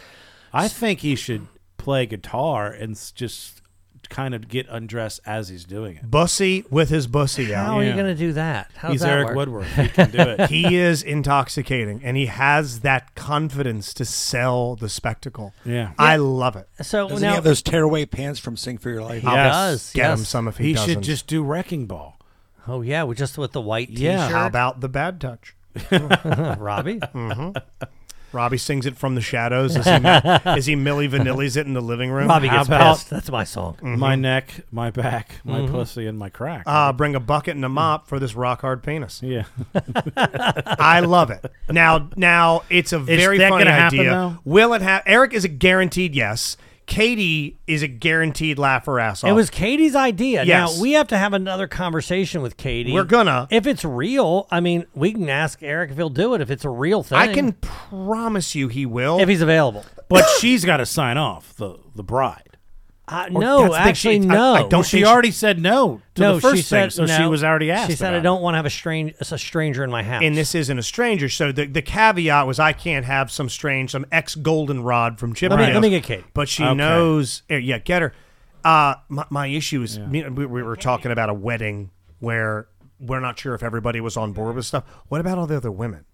F: I think he should play guitar and s- just kind of get undressed as he's doing it.
E: Bussy with his bussy
G: How
E: out.
G: are you
F: Yeah.
G: going to do that? How's
F: he's
G: that
F: Eric
G: work?
F: Woodward. He can do
G: *laughs*
F: it.
E: He is intoxicating, and he has that confidence to sell the spectacle.
F: Yeah.
E: I love it.
G: So
A: Doesn't
G: now
A: he have those tearaway pants from Sing for Your Life?
G: He
F: Yes.
G: does.
E: Get
G: yes.
E: him some if he,
F: he
E: doesn't.
F: should just do Wrecking Ball.
G: Oh yeah, we just with the white T-shirt.
F: Yeah.
E: How about the bad touch?
G: Robbie.
E: Robbie sings it from the shadows. Is he,
G: *laughs*
E: Mi- is he Millie Vanilli's it in the living room?
G: Robbie
F: How
G: gets
F: about-
G: pissed. That's my song.
F: My neck, my back, my
G: Mm-hmm.
F: pussy, and my crack.
E: Mm-hmm. Uh, bring a bucket and a mop for this rock hard penis.
F: yeah.
E: I love it. Now, now it's a very
F: that
E: funny
F: gonna happen,
E: idea.
F: though?
E: Will it have? Eric is a guaranteed yes. Katie is a guaranteed laugh her ass off.
G: It
F: Oh.
G: was Katie's idea.
E: Yes.
G: Now we have to have another conversation with Katie.
E: We're gonna.
G: If it's real, I mean, we can ask Eric if he'll do it. If it's a real thing,
E: I can promise you he will.
G: If he's available.
F: But she's got to sign off, the, the bride.
G: Uh,
E: Or
G: no,
E: that's the thing, she-
G: actually,
E: I-
G: no.
E: I don't
F: She
E: think
F: already said no to
G: no,
F: the first
G: she said
F: thing, so
G: no.
F: she was already asked.
G: She said,
F: about
G: "I don't want to have a strange a stranger in my house."
E: and this isn't a stranger. So the, the caveat was I can't have some strange, some ex goldenrod from
G: let me,
E: Chippendales.
G: let me get Katie.
E: But she
F: Okay.
E: knows. eh, Yeah, get her. Uh, my, my issue is me- we, we were talking about a wedding where we're not sure if everybody was on board with stuff. What about all the other women?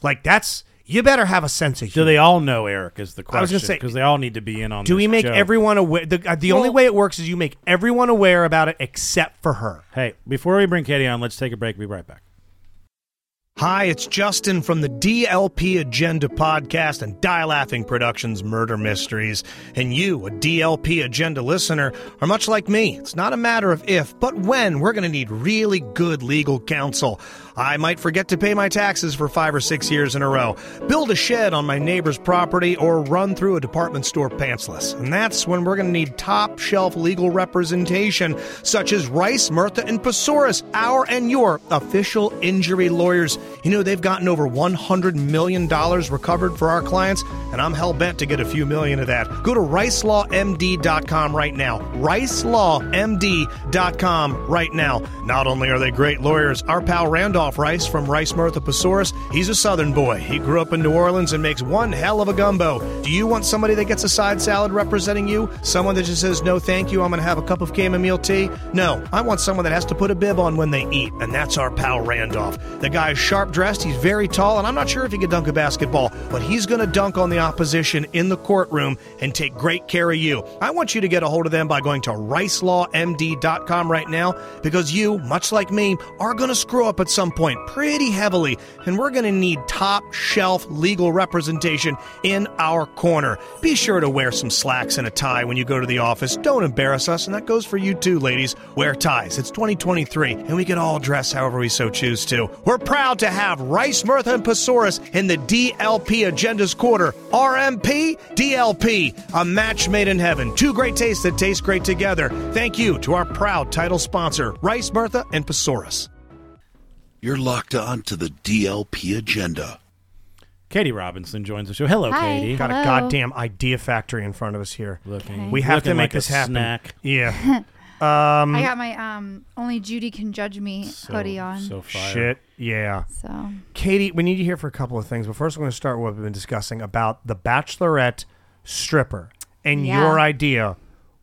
E: Like that's you better have a sense of
F: Do
E: humor.
F: they all know Eric is the question?
E: I was gonna say-
F: because they all need to be in on.
E: Do we
F: this
E: make
F: joke.
E: everyone aware? The, uh, the only way it works is you make everyone aware about it except for her.
F: Hey, before we bring Katie on, let's take a break. Be right back.
E: Hi, it's Justin from the DLP Agenda podcast and Die Laughing Productions Murder Mysteries. And you, a DLP Agenda listener, are much like me. It's not a matter of if, but when we're going to need really good legal counsel. I might forget to pay my taxes for five or six years in a row, build a shed on my neighbor's property, or run through a department store pantsless. And that's when we're going to need top shelf legal representation, such as Rice, Murtha, and Pesaurus, our and your official injury lawyers. You know, they've gotten over $100 million recovered for our clients, and I'm hell bent to get a few million of that. Go to ricelawmd.com right now. ricelawmd.com right now. Not only are they great lawyers, our pal Randolph Rice from Rice Martha Pesaurus, he's a southern boy. He grew up in New Orleans and makes one hell of a gumbo. Do you want somebody that gets a side salad representing you? Someone that just says, no, thank you, I'm going to have a cup of chamomile tea? No, I want someone that has to put a bib on when they eat, and that's our pal Randolph. The guy shot sharp dressed. He's very tall, and I'm not sure if he could dunk a basketball, but he's going to dunk on the opposition in the courtroom and take great care of you. I want you to get a hold of them by going to ricelawmd.com right now because you, much like me, are going to screw up at some point pretty heavily, and we're going to need top shelf legal representation in our corner. Be sure to wear some slacks and a tie when you go to the office. Don't embarrass us, and that goes for you too, ladies. Wear ties. It's 2023, and we can all dress however we so choose to. We're proud to have Rice, Mirtha, and Pesaurus in the DLP Agendas Quarter. RMP, DLP, a match made in heaven. Two great tastes that taste great together. Thank you to our proud title sponsor, Rice, Mirtha, and Pesaurus.
C: You're locked on to the DLP agenda.
F: Katie Robinson joins the show. Hello, *laughs*
I: Hi.
F: Katie.
E: Got a
I: Hello.
E: goddamn idea factory in front of us here.
F: Looking,
E: We have
F: looking
E: to make
F: like a
E: this happen.
F: Snack.
E: *laughs* Yeah.
I: I got my um only Judy can judge me hoodie on.
F: So fire.
E: Shit. Yeah.
I: so
E: Katie, we need you here for a couple of things. But first, we're going to start with what we've been discussing about the Bachelorette stripper and
I: Yeah.
E: your idea,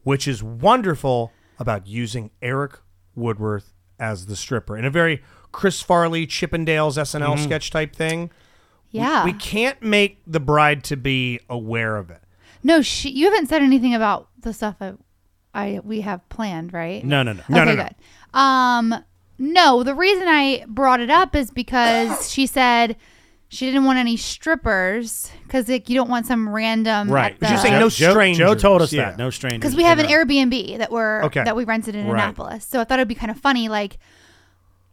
E: which is wonderful about using Eric Woodworth as the stripper in a very Chris Farley, Chippendales SNL
F: Mm-hmm.
E: sketch type thing.
I: yeah.
E: We can't make the bride to be aware of it.
I: no, she, you haven't said anything about the stuff I, I we have planned, right?
F: No, no, no.
E: No,
I: okay,
E: no, no.
I: good. Um, no, the reason I brought it up is
E: *coughs*
I: because she said she didn't want any strippers because like you don't want some random
F: Right.
I: at
E: She's
I: *laughs* the-
E: saying no
F: Joe, Joe
E: strangers.
F: told us
E: Yeah.
F: that. No strangers.
I: because we have an Airbnb that we're
E: Okay.
I: that we rented in
E: Right.
I: Annapolis. So I thought it'd be kind of funny. Like,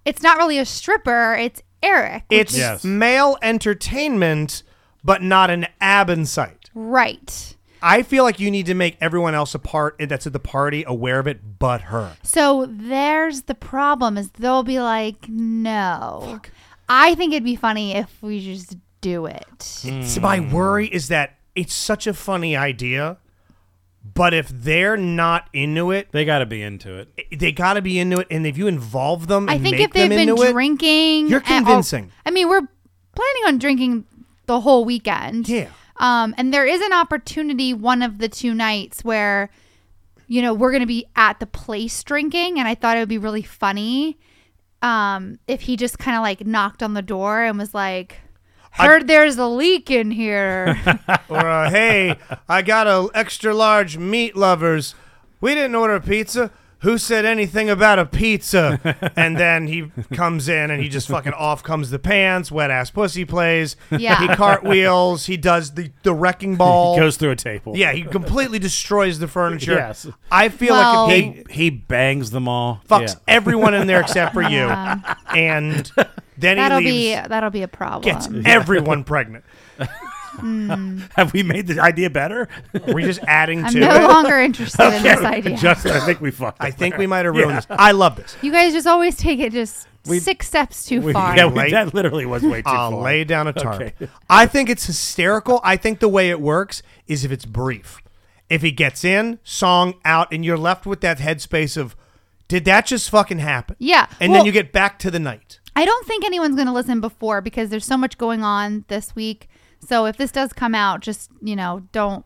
I: it's not really a stripper; it's Eric. which
E: It's
I: is
F: Yes.
E: male entertainment, but not an ab in sight.
I: right.
E: I feel like you need to make everyone else a part eh, that's at the party aware of it, but her.
I: So there's the problem: is they'll be like, no. I think it'd be funny if we just do it.
E: So my worry is that it's such a funny idea, but if they're not into it,
F: They got to be into it.
E: they got to be into it. And if you involve them, and
I: I think
E: make
I: if they've
E: them
I: been
E: into it-
I: drinking,
E: You're
I: and- or-
E: convincing.
I: I mean, we're planning on drinking the whole weekend.
E: Yeah.
I: Um, and there is an opportunity one of the two nights where, you know, we're going to be at the place drinking, and I thought it would be really funny, um, if he just kind of like knocked on the door and was like, "Heard there's a leak
E: *laughs*
I: in here."
E: or uh, hey, I got a extra large meat lovers. We didn't order a pizza. Who said anything about a pizza? And then he comes in and he just fucking off comes the pants, wet ass pussy plays.
I: Yeah.
E: He cartwheels. He does the, the wrecking ball.
F: Goes through a table.
E: yeah, he completely destroys the furniture.
F: Yes.
E: I feel
I: Well-
E: like if
F: He
E: he
F: he bangs them all.
E: fucks
F: Yeah.
E: everyone in there except for you, and then
I: that'll
E: he
I: be
E: leaves,
I: that'll be a problem.
E: gets everyone pregnant.
F: *laughs* Have we made the idea
I: *laughs*
F: better?
E: We're just adding
I: I'm
E: to
I: no
E: it.
I: *laughs* longer interested in this
F: *laughs*
I: idea.
F: Justin, I think we fucked.
E: I
F: up
E: think
F: there.
E: we might have ruined this. I love this.
I: you guys just always take it just six steps too
F: We- *laughs*
I: far.
F: yeah, we,
E: Late.
F: that literally was way too
E: I'll
F: far.
E: lay down a tarp.
F: Okay.
E: I think it's hysterical. I think the way it works is if it's brief. If he gets in, song out, and you're left with that headspace of, did that just fucking happen?
I: Yeah,
E: And
I: well-
E: then you get back to the night.
I: I don't think anyone's going to listen before because there's so much going on this week. So if this does come out, just you know, don't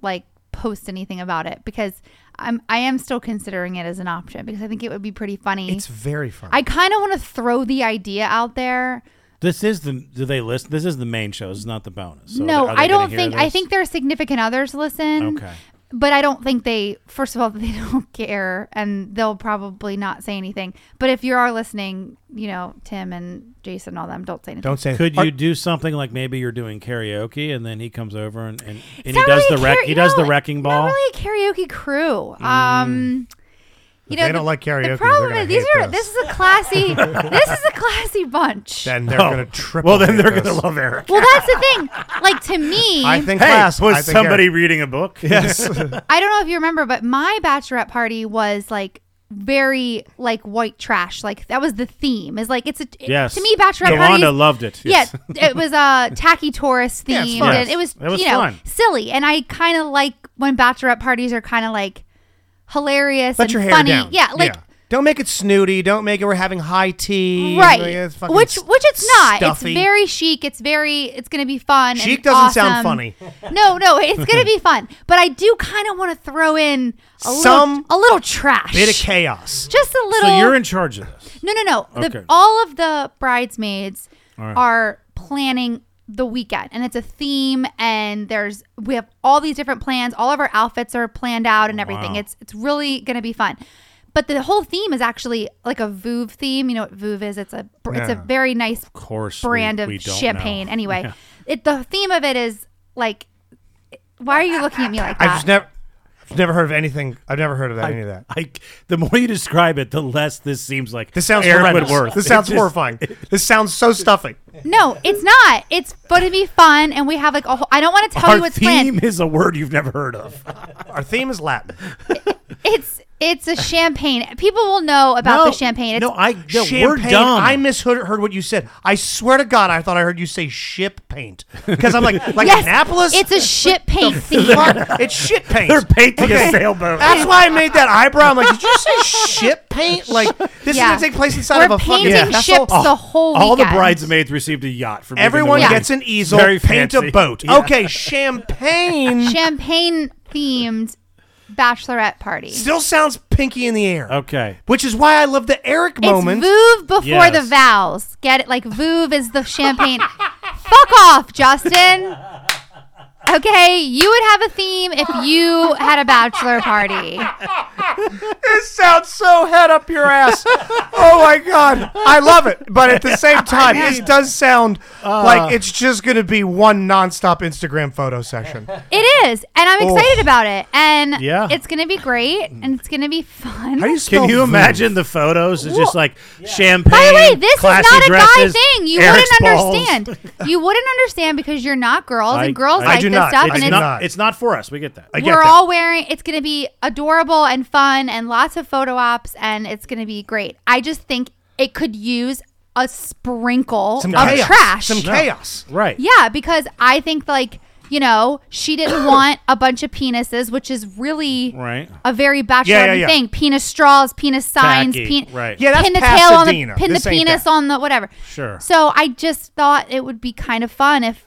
I: like post anything about it because I'm I am still considering it as an option because I think it would be pretty funny.
E: It's very fun.
I: Eh. I kind of want to throw the idea out there.
F: This is the. Do they list? This is the main show. This is not the bonus. So are
I: no,
F: they
I: I
F: gonna
I: don't
F: hear
I: think. I
F: this?
I: think their significant others listen.
F: Okay.
I: But I don't think they. First of all, *laughs* they don't care, and they'll probably not say anything. But if you are listening, you know Tim and Jason, and all them, don't say anything.
E: Don't say
F: Could
E: Are-
F: you do something like maybe you're doing karaoke and then he comes over and, and, and
I: It's
F: he
I: not
F: does
I: really
F: the
I: a
F: wreck
I: kara-
F: he
I: you
F: does the
I: know,
F: wrecking
I: Not
F: ball?
I: really a karaoke crew. Um,
E: Mm.
I: you
E: If
I: know,
E: they don't like karaoke,
I: The
E: they're
I: problem
E: gonna
I: is these
E: hate
I: are
E: this.
I: this is a classy
E: *laughs*
I: this is a classy
F: *laughs*
I: bunch.
E: Then they're going to triple.
F: Oh. Well, then
E: hate
F: they're going to
E: this.
F: love Eric.
I: well, that's the thing. Like to
E: *laughs*
I: me,
E: I think last I think Eric-
F: reading a book?
I: *laughs*
E: Yes.
I: I don't know if you remember, but my bachelorette party was like very like white trash. Like that was the theme. Is like it's a
F: Yes.
I: to me bachelorette
F: Yolanda
I: parties-
F: loved it, yes.
I: Yeah, *laughs* it was a uh, tacky tourist
E: Yeah, it's
I: themed,
E: fun.
I: and it was,
F: That was
I: you know
F: fun.
I: silly. And I kind of like when bachelorette parties are kind of like hilarious
E: Let
I: and
E: your hair
I: funny.
E: down.
I: Yeah, like.
E: Don't make it snooty. Don't make it we're having high tea.
I: Right,
E: Like, it's fucking
I: which which it's not.
E: stuffy.
I: It's very chic. It's very. It's gonna be fun.
E: Chic
I: and
E: doesn't sound
I: awesome.
E: funny.
I: No, no, it's gonna be fun. But I do kind of want to throw in a
E: Some
I: little, a little trash, *laughs*
E: bit of chaos.
I: just a little.
F: So you're in charge of this.
I: No, no, no. The,
F: Okay.
I: all of the bridesmaids are planning the weekend and it's a theme and there's we have all these different plans all of our outfits are planned out and everything it's it's really going to be fun but the whole theme is actually like a Vouv theme you know what Vouv is it's a br- it's a
F: Yeah.
I: very nice
F: course we-
I: brand
F: we
I: of
F: don't know. *laughs*
I: champagne anyway it the theme of it is like why are you looking at me
F: *laughs*
I: like that
E: I've just never, I've never heard of anything. I've never heard of that, any of that.
F: I, the more you describe it, the less this seems like
E: This sounds
F: Aaron
E: horrendous.
F: Woodworth.
E: This
F: It
E: sounds
F: just-
E: horrifying. this sounds so stuffy.
I: No, it's not. It's going to be fun, and we have like a whole. I don't want to tell
F: Our
I: you what's
F: theme
I: planned.
F: is a word you've never heard of.
E: Our theme is Latin.
I: It's it's a champagne. People will know about the
F: No,
I: champagne. It's,
F: no, I no, we're
E: Champagne.
F: dumb.
E: I misheard heard what you said. I swear to God, I thought I heard you say ship paint because I'm like like
I: yes,
E: Annapolis.
I: It's a shit
F: *laughs*
I: paint theme.
E: Fuck, *laughs* it's shit paint.
F: They're painting a sailboat.
E: That's why I made that eyebrow. I'm like, did you say ship paint? Like this
I: Yeah.
E: is gonna take place inside
I: We're
E: of a fucking
I: painting
E: vessel. Oh.
I: ships the whole weekend.
F: *laughs* All the bridesmaids received a yacht from
E: Everyone
I: Yeah.
E: gets an easel,
F: Very
E: paint
F: fancy.
E: a boat.
F: *laughs* Yeah.
E: Okay,
I: *laughs*
E: champagne
I: champagne themed bachelorette party.
E: still sounds pinky in the air.
F: Okay.
E: Which is why I love the Eric moment.
I: It's Vouv before the
F: Yes.
I: vows. Get it? Like Vouv is
F: *laughs*
I: the champagne. Fuck off, Justin. Okay, you would have a theme if you had a bachelor party.
E: This sounds so head up your
I: *laughs*
E: ass. oh my god, I love it, but at
F: *laughs*
E: the same time, this does sound
F: Uh.
E: like it's just going to be one nonstop Instagram photo
I: *laughs*
E: session.
I: It is, and I'm excited about it, and
F: Yeah.
I: it's gonna be great, and it's gonna be fun.
E: Oh,
F: Can you imagine the photos? It's just like champagne.
I: By the way, this is
F: classy
I: not a
F: dresses,
I: guy thing. You
F: Eric's
I: wouldn't
F: balls. *laughs*
I: understand. You wouldn't understand because you're not girls,
F: I-
I: and girls
F: I
I: like
E: do
I: this
E: not.
I: stuff,
E: I
I: and
E: do
I: it's
F: It's
E: not.
F: not. It's not for us. We get that.
E: I get
I: we're
E: that.
I: all wearing it's going to be adorable and fun and lots of photo ops and it's going to be great i just think it could use a sprinkle
E: some
I: of
E: chaos.
I: trash
E: Some chaos.
F: Right.
I: yeah because i think like you know
E: *coughs*
I: she didn't want a bunch of penises which is really
F: Right.
I: a very bachelor
E: Yeah, yeah, yeah.
I: thing peniss straws penis signs
F: Tacky,
I: pen-
F: right.
E: Yeah, that's
I: pin the tail on the
E: Pasadena.
I: pin
E: This
I: the
E: ain't
I: penis
E: that.
I: on the whatever
F: Sure.
I: so i just thought it would be kind of fun if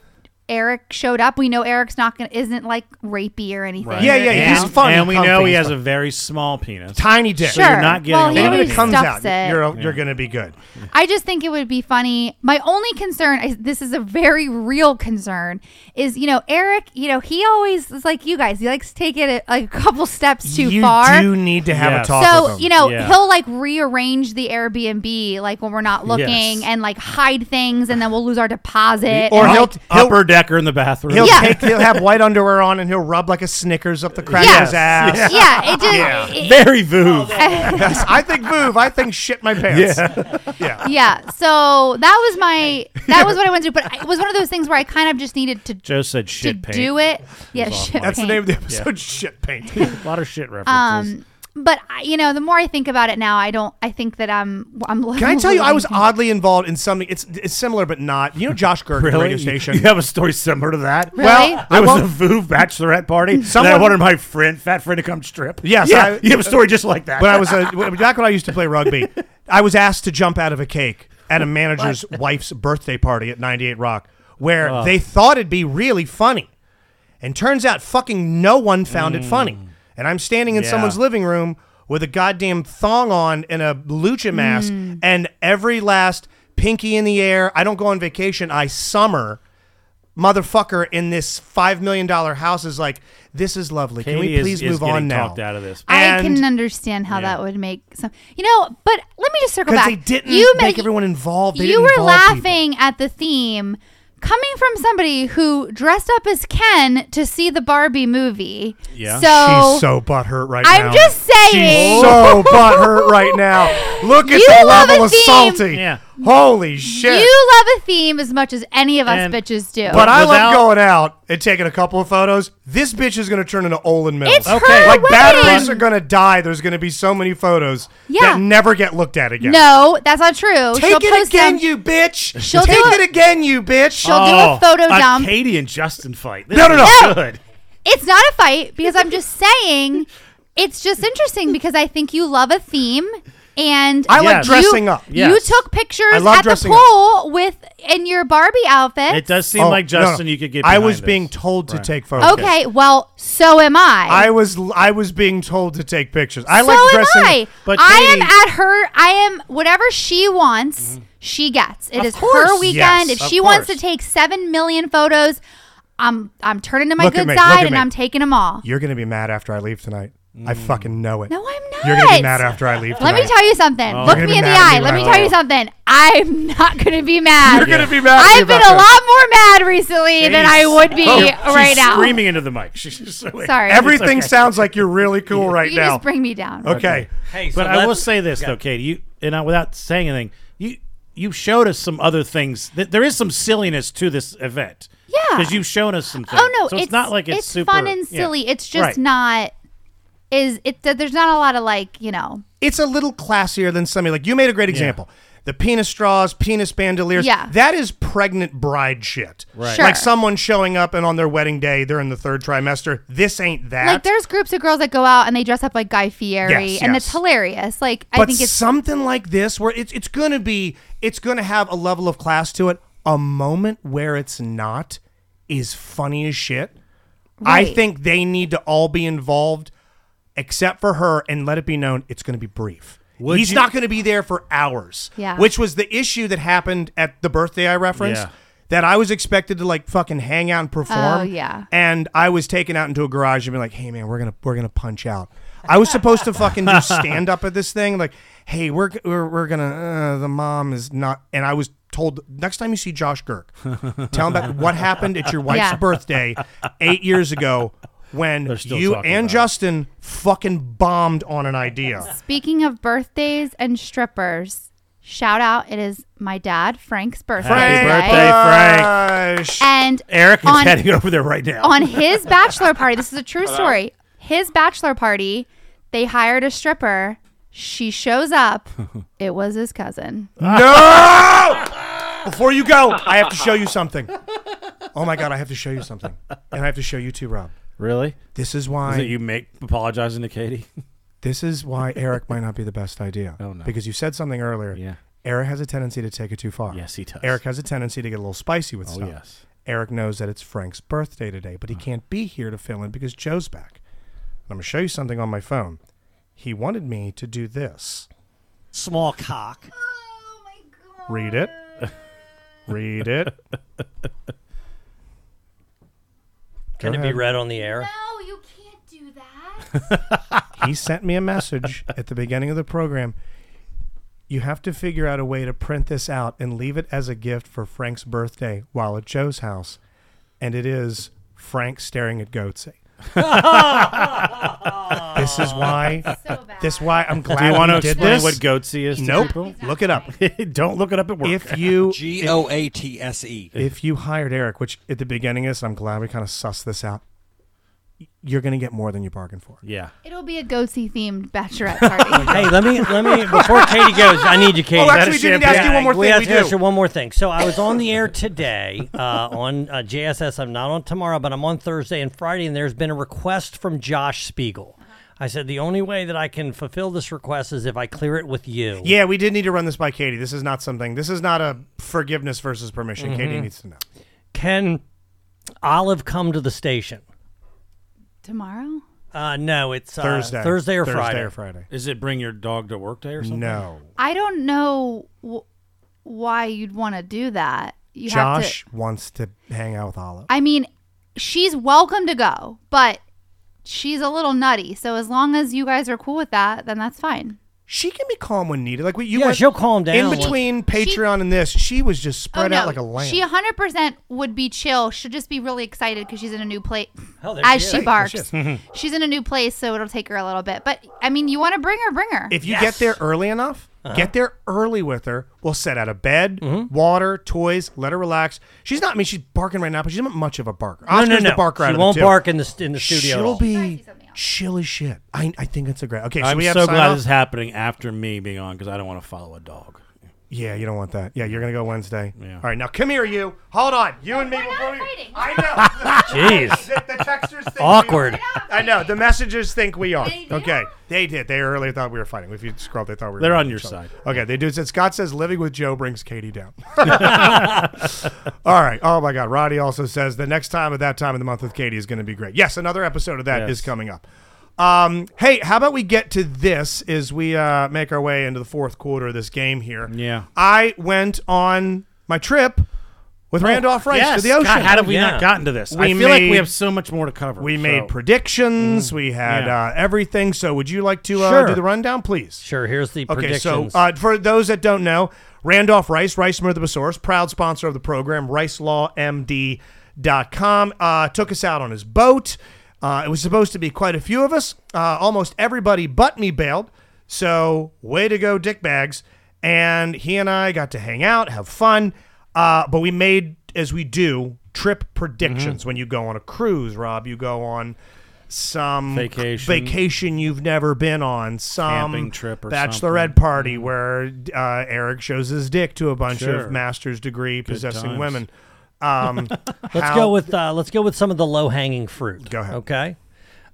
I: Eric showed up. We know Eric's not gonna isn't like rapey or anything.
E: Yeah, yeah,
I: you
F: And-
E: he's
I: know?
E: fun.
F: And we
E: comfy,
F: know he
E: he's
F: has
E: fun.
F: a very small penis.
E: tiny dick.
I: Sure.
F: you're not getting
I: well,
F: a
I: he
F: lot of
E: When
I: already
E: it comes out,
I: stuffs it.
E: you're you're going to be good.
I: I just think it would be funny. My only concern is this is a very real concern is you know Eric, you know he always is like you guys. He likes to take it a, like a couple steps too
E: you
I: far.
E: do need to have
F: Yes.
E: a talk with
I: so
E: him.
I: you know
F: Yeah.
I: he'll like rearrange the Airbnb like when we're not looking
F: Yes.
I: and like hide things and then we'll lose our deposit.
E: Or
F: *laughs*
I: and,
E: he'll-
I: like,
F: upper decker in the bathroom.
E: He'll
I: Yeah.
E: take, he'll
I: *laughs*
E: have white underwear on, and he'll rub like a Snickers up the crack
I: Yeah.
E: of his
I: *laughs*
E: ass.
I: yeah, it just it-
F: Very voove.
E: Yes, I think move. I think shit my pants.
I: yeah. So that was my that was what I went through, but it was one of those things where I kind of just needed to
F: Joe said shit
I: to
F: paint.
I: do it. Yeah, shit
E: That's the
I: paint.
E: name of the episode. Shit
I: *laughs*
E: paint.
F: A lot of shit references.
I: Um, but I- you know, the more I think about it now, I don't. I think that I'm. I'm.
E: Can I tell you, I was oddly involved in something. It's it's similar, but not. You know, Josh Gerg, the radio station.
F: You *laughs* have a story similar to that?
I: Really? Well,
F: I
E: I
F: was
E: won't-
F: a VOOV bachelorette party. Someone,
E: Someone-
F: I wanted my friend, fat friend, to come strip.
E: Yes,
F: yeah.
E: I-
F: you have a story just like that.
E: When I was a, when- back when I used to play rugby, I was asked to jump out of a cake at a manager's wife's birthday party at 98 Rock, where
F: Oh.
E: they thought it'd be really funny, and turns out fucking no one found it funny. And I'm standing in
F: Mm. Yeah.
E: someone's living room with a goddamn thong on and a lucha mask,
I: Mm.
E: and every last pinky in the air. I don't go on vacation. I summer. motherfucker in this five million dollar house is like, this is lovely. Can
F: Katie
E: we
F: is-
E: please
F: is
E: move
F: getting
E: on now?
F: talked out of this.
I: I
E: And-
I: can understand how that would make some. You know, but let me just circle
E: because
I: back.
E: they didn't
I: You
E: make
I: ma-
E: everyone involved. They
I: you
E: didn't
I: were
E: involve people.
I: laughing at the theme coming from somebody who dressed up as Ken to see the Barbie movie.
F: Yeah.
I: So,
E: She's so butthurt right
I: Oh. I'm
E: now.
I: just saying.
E: She's so butthurt right now. Look at
I: *laughs* You
E: the
I: love
E: level
I: a
E: of
I: theme.
E: salty.
F: Yeah.
E: Holy shit.
I: you love a theme as much as any of us
F: And-
I: bitches do.
E: but I
F: Without-
E: love going out and taking a couple of photos. This bitch is going to turn into Olin Mills.
I: It's Okay. her
E: Like
I: wedding.
E: batteries are going to die. There's going to be so many photos
I: Yeah.
E: that never get looked at again.
I: no, that's not true.
E: Take
I: She'll
E: it
I: post
E: again,
I: them-
E: you bitch.
I: She'll
E: Take
I: do it-
E: it again, you bitch.
I: She'll
F: Oh,
I: do a photo dump.
F: Katie and Justin fight. This
E: No, no,
F: is
E: no.
F: Good.
I: It's not a fight because I'm just saying it's just interesting because I think you love a theme and
E: I like
F: Yes.
E: dressing
I: you,
E: up.
I: You
F: Yes.
I: took pictures
E: I love
I: at the
E: dressing up.
I: pool with in your Barbie outfit.
F: It does seem
E: Oh,
F: like
E: no, no.
F: Justin, you could get.
E: I
F: behind
E: was
F: this.
E: being told to
F: Right.
E: take photos.
I: okay, well, so am I.
E: I was I was being told to take pictures. I
I: so
E: like dressing.
I: am I.
F: But
I: I am
F: Katie-
I: at her I am whatever she wants. she gets. It
E: Mm-hmm. Of
I: is
E: course,
I: her
E: yes,
I: weekend. if
E: of
I: she wants to
E: course.
I: take seven million photos, I'm I'm turning to my
E: Look at
I: good
E: me, look at
I: side and
E: me.
I: I'm taking them all.
E: You're gonna be mad after I leave tonight. I fucking know it.
I: No, I'm not.
E: You're gonna be mad after I leave.
I: Let me
E: tonight. Oh,
I: tell you something.
E: You're
I: Look
E: gonna
I: me
E: be
I: in the
E: mad at
I: eye.
E: me when
I: Let me
E: I
I: tell you
E: leave.
I: something. I'm not going to be mad.
E: You're gonna be mad at me
I: I've been
E: about
I: a
E: this.
I: lot more mad recently than I would be
F: Oh,
I: right
F: she's
I: now.
F: Screaming into the mic. She's just so-
I: Sorry.
E: Everything sounds like you're really cool right
I: you
E: now.
I: just bring me down.
E: okay.
G: Hey, so
F: But I will
G: let's-
F: say this
G: yeah.
F: though, Katie, you and I, without saying anything, you you showed us some other things. Th- There is some silliness to this event.
I: Yeah.
F: because you've shown us some things.
I: Oh no,
F: so it's, not like it's, super,
I: fun and
F: yeah.
I: silly. It's just
F: Right.
I: not is it th- there's not a lot of like, you know.
E: It's a little classier than something like you made a great example. The penis straws, penis bandoliers.
I: Yeah.
E: That is pregnant bride shit. Right.
I: Sure.
E: Like someone showing up and on their wedding day, they're in the third trimester. This ain't that.
I: Like there's groups of girls that go out and they dress up like Guy Fieri
E: Yes,
I: and
E: yes.
I: it's hilarious. Like
E: but
I: I think it's
E: something like this where it's it's gonna be it's gonna have a level of class to it. A moment where it's not is funny as shit. I
I: Right.
E: think they need to all be involved, except for her, and let it be known it's gonna be brief. He's not gonna be there for hours.
I: Yeah.
E: Which was the issue that happened at the birthday I referenced.
F: Yeah.
E: That I was expected to like fucking hang out and perform.
I: Oh, yeah.
E: And I was taken out into a garage and be like, "Hey man, we're gonna we're gonna punch out." I was supposed to fucking
F: *laughs*
E: do stand up at this thing, like, "Hey, we're g- we're, we're gonna uh, the mom is not," and I was told next time you see Josh Girk, tell him about what happened at your wife's
I: Yeah.
E: birthday eight years ago when
F: still
E: you
F: talking
E: and
F: about it.
E: Justin fucking bombed on an idea.
I: speaking of birthdays and strippers, shout out it is my dad, Frank's birthday.
F: Happy
I: today.
F: birthday, Frank.
E: Gosh.
I: And
F: Eric is
I: on-
F: heading over there right
E: Oh.
F: now.
I: on his bachelor party. This is a true story. His bachelor party, they hired a stripper. She
E: *laughs*
I: shows up. It was his cousin.
E: No! Oh!
I: *laughs*
E: Before you go, I have to show you something. Oh my god, I have to show you something, and I have to show you too, Rob.
F: really?
E: This is
F: Is
E: why
F: it you make apologizing to Katie?
E: this is why Eric might not be the best
F: *laughs*
E: idea. Oh no! Because you said something earlier.
F: Yeah.
E: Eric has a tendency to take it too far.
F: Yes, he does. Oh,
E: Eric has a tendency to get a little spicy with stuff.
F: yes.
E: Eric knows that it's Frank's birthday today, but he can't be here to fill in because Joe's back. And I'm gonna show you something on my phone. He wanted me to do this.
G: small cock.
I: Oh
E: Read
F: *laughs*
E: it. Read it.
G: Can it be read on the air?
I: No, you can't do
E: *laughs*
I: that.
E: he sent me a message at the beginning of the program. You have to figure out a way to print this out and leave it as a gift for Frank's birthday while at Joe's house. And it is Frank staring at Goatsy. this is why.
I: So bad.
E: This why I'm glad
F: Do you want
E: we
F: to
E: did
F: explain
E: this.
F: what goatsy is? to
E: nope. Look
F: *laughs*
E: it up.
F: people?
E: *laughs*
F: Don't look it up at work.
E: If
F: *laughs*
E: you
A: G O A T S E.
E: if you hired Eric, which at the beginning of this, I'm glad we kind of sussed this out. You're gonna get more than you bargained for.
F: yeah.
I: It'll be a goatsy themed
E: *laughs*
I: bachelorette party.
G: Hey, let me let me before Katie goes. I need you, Katie.
E: Oh, actually, we didn't
F: That is
E: ask you one more
G: we
E: thing.
G: have
E: We
G: to ask you
E: do.
G: one more thing. So I was on the air today uh, on uh, JSS. I'm not on tomorrow, but I'm on Thursday and Friday. And there's been a request from Josh Spiegel. I said the only way that I can fulfill this request is if I clear it with you.
E: Yeah, we did need to run this by Katie. This is not something. This is not a forgiveness versus permission.
G: Mm-hmm.
E: Katie needs to know.
G: Can Olive come to the station?
I: Tomorrow?
G: Uh, no, it's uh,
E: Thursday,
G: Thursday or Friday.
E: Thursday or Friday.
F: Is it bring your dog to work day or something?
E: No,
I: I don't know w- why you'd want to do that. You have to.
E: Josh wants to hang out with Olive.
I: I mean, she's welcome to go, but she's a little nutty. So as long as you guys are cool with that, then that's fine.
E: she can be calm when needed. Like we, you
G: Yeah,
E: went-
G: she'll calm down
E: In
G: once-
E: between Patreon and this, she was just
I: Oh,
E: spread
I: no.
E: out like a lamb.
I: She 100% would be chill. She'll just be really excited because she's in a
G: *sniffs*
I: new place.
G: Oh, there
I: As
G: she
I: she,
G: is.
I: barks,
E: *laughs*
I: she's in a new place, so it'll take her a little bit. But I mean, you want to bring her, bring her. *laughs*
E: if you get there early enough,
G: Uh-huh.
E: get there early with her. We'll set out of bed,
G: Mm-hmm.
E: water, toys, let her relax. She's not. I mean, she's barking right now, but she's not much of a barker.
G: No,
E: Oscar's
G: no, no.
E: the barker out
G: she
E: of the
G: won't
E: two.
G: bark in the st- in the studio. at
E: She'll
G: all.
E: be chill as shit. I, I think it's a great. Okay, so
F: I'm
E: we have
F: so
E: sign
F: glad
E: off?
F: this is happening after me being on because I don't want to follow a dog.
E: Yeah, you don't want that. Yeah, you're gonna go Wednesday.
F: Yeah.
E: All right, now come here, you. Hold on, you and me.
I: we're
E: before
I: not
E: we-
I: fighting.
E: I know. *laughs*
G: Jeez.
E: the, the texters think we are.
G: Awkward.
E: *laughs* I know. The messengers think we are.
I: They do.
E: okay, they did. They earlier thought we were fighting. If you scroll, they thought we were.
F: They're on
E: fighting
F: your
E: each other.
F: side.
E: Okay, they do. It says, Scott says living with Joe brings Katie
F: *laughs*
E: down. *laughs* All right. Oh my God. Roddy also says the next time at that time of the month with Katie is going to be great. Yes, another episode of that is
F: Yes.
E: coming up. Um, hey, how about we get to this as we uh, make our way into the fourth quarter of this game here?
F: Yeah.
E: I went on my trip with Randolph Rice
F: Oh, yes.
E: to the ocean.
F: God, how have we
G: Yeah.
F: not gotten to this? I
E: Oh, We
F: feel like
E: made-
F: we have so much more to cover.
E: we
F: so-
E: made predictions. we had
F: yeah.
E: uh, everything. So, would you like to uh,
G: Mm-hmm. Sure.
E: do the rundown, please?
G: Sure. Here's the
E: Okay, so
G: predictions.
E: uh, for those that don't know, Randolph Rice, Rice Murthabasaurus, proud sponsor of the program, ricelawmd.com, uh, took us out on his boat. Uh, it was supposed to be quite a few of us. Uh, almost everybody but me bailed. So, way to go, dickbags. And he and I got to hang out, have fun. Uh, but we made, as we do, trip predictions. When you go on a cruise, Rob, you go on some
F: Vacation.
E: vacation you've never been on, some
F: Camping trip or
E: bachelorette
F: something. Mm-hmm.
E: party where uh, Eric shows his dick to a bunch
F: Sure.
E: of master's degree possessing
F: times.
E: women.
F: *laughs*
E: Um,
G: let's go with uh, let's go with some of the low hanging fruit.
E: Go ahead.
G: Okay.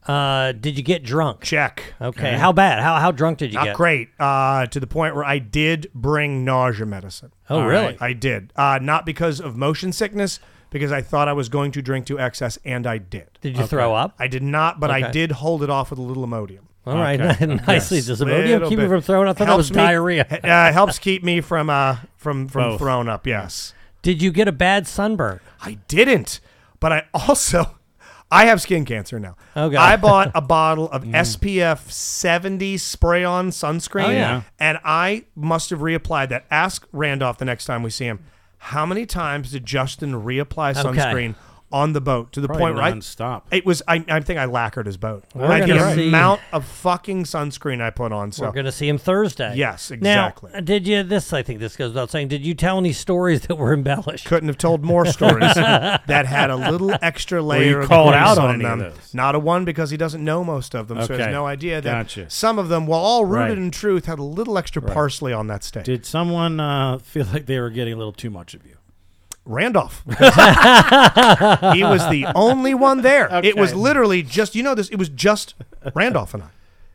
G: Uh, did you get drunk?
E: check.
G: Okay. How bad? How how drunk did you
E: Mm-hmm. Not
G: get?
E: great. Uh, to the point where I did bring nausea medicine.
G: Oh,
E: All
G: really?
E: right, I did. Uh, not because of motion sickness, because I thought I was going to drink to excess, and I did.
G: Did you throw up?
E: I did not, but I
G: Okay.
E: did hold it off with a little Imodium.
G: All right. *laughs* Nicely. Does
E: Little
G: Imodium keep you
E: bit.
G: from throwing up? I thought that
E: Helps
G: was
E: me- *laughs*
G: diarrhea.
E: Uh, helps keep me from uh, from from
F: Both.
E: thrown up. Yes.
G: Did you get a bad sunburn?
E: I didn't, but I also *laughs* I have skin cancer now.
G: Oh, God.
E: I bought
G: *laughs*
E: a bottle of SPF 70 spray-on sunscreen
G: Mm. Oh, yeah.
E: and I must have reapplied that. Ask Randolph the next time we see him. How many times did Justin reapply
G: Okay.
E: sunscreen on the boat to the
F: Probably
E: point where I-
F: nonstop.
E: It was I, I think I lacquered his boat.
G: We're
E: like
G: gonna
E: the
G: see-
E: amount of fucking sunscreen I put on. So
G: We're going to see him Thursday.
E: Yes,
G: Now,
E: exactly.
G: did you? This I think this goes without saying. Did you tell any stories *laughs* that were embellished?
E: couldn't have told more stories that had a little extra layer
F: you
E: of
F: called
E: grease
F: out on
E: on
F: any of
E: them.
F: those?
E: Not a one because he doesn't know most of them, so he
F: Okay.
E: has no idea that
F: Gotcha.
E: some of them, while all rooted
F: Right.
E: in truth, had a little extra parsley on that steak.
F: Did someone uh, *laughs* feel like they were getting a little too much of you?
E: Randolph, he was the only one there. It was
F: Okay.
E: literally just you know this. It was just Randolph and I.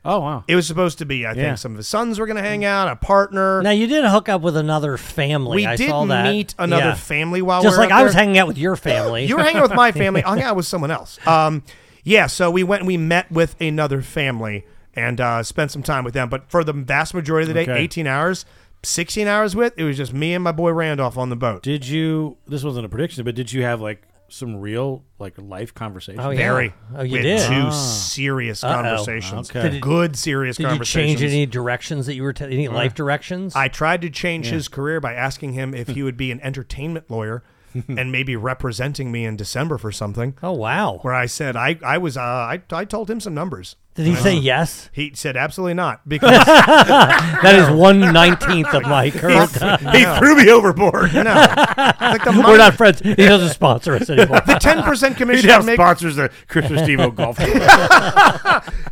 F: Oh wow.
E: It was supposed to be. I
F: Yeah.
E: think some of his sons were going to hang out. A partner.
G: Now you did hook up with another family.
E: we
G: I
E: did
G: saw that.
E: meet another
G: Yeah.
E: family while
G: Just
E: we were
G: like
E: up
G: I was
E: there.
G: hanging out with your *laughs* family.
E: You were hanging out with my family. Oh, I hung out with someone else. Um, yeah, so we went and we met with another family and uh, spent some time with them. But for the vast majority of the day,
F: Okay.
E: 18 hours, 16 hours with, it was just me and my boy Randolph on the boat.
F: Did you? This wasn't a prediction, but did you have like some real like life conversations?
G: Oh,
E: *laughs*
G: yeah.
E: Very.
G: Oh, you
E: we had
G: did?
E: two
G: Ah.
E: serious
G: Uh-oh.
E: conversations.
F: Okay. Did it-
E: Good serious
G: Did you
E: conversations.
G: change any directions that you were t- any
F: Uh-huh.
G: life directions?
E: I tried to change his career by asking him if he would be an entertainment
F: *laughs*
E: lawyer and maybe representing me in December for something.
G: oh wow!
E: Where I said I, I was uh, I, I told him some numbers.
G: Did he say
F: *laughs*
G: yes?
E: He said absolutely not because
G: That is one nineteenth of
F: *laughs*
G: my
E: *laughs*
G: current.
E: he threw me overboard. No, like the
G: *laughs* We're not friends. He doesn't sponsor us
F: *laughs*
G: anymore.
E: ten percent commission. I make-
F: sponsors the Christmas Steve *laughs* golf.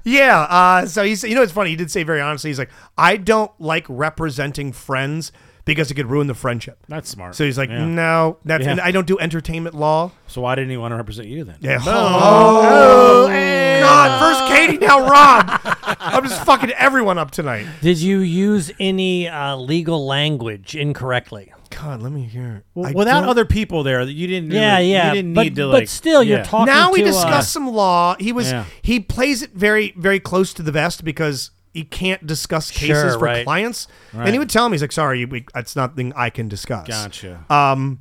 E: yeah. Uh, so he's you know it's funny. He did say very honestly. He's like I don't like representing friends because it could ruin the friendship.
F: That's smart.
E: So he's like
F: Yeah.
E: no, that's
F: Yeah.
E: and I don't do entertainment law.
F: So why didn't he want to represent you then?
E: Yeah. Oh, God! First Katie, now Rob. I'm just fucking everyone up tonight.
G: Did you use any uh, legal language incorrectly?
E: God, let me hear.
F: Well,
E: I
F: without
E: don't-
F: other people there, you didn't.
G: Yeah,
F: really-
G: yeah.
F: You didn't
G: but,
F: need to
G: but
F: like.
G: still, you're
F: yeah.
G: talking.
E: now we
G: to, uh,
E: discuss some law. He was
F: Yeah.
E: he plays it very very close to the vest because he can't discuss cases
G: Sure,
E: for
G: right.
E: clients. And he would tell me he's like, "Sorry, we, it's nothing I can discuss."
F: Gotcha.
E: Um,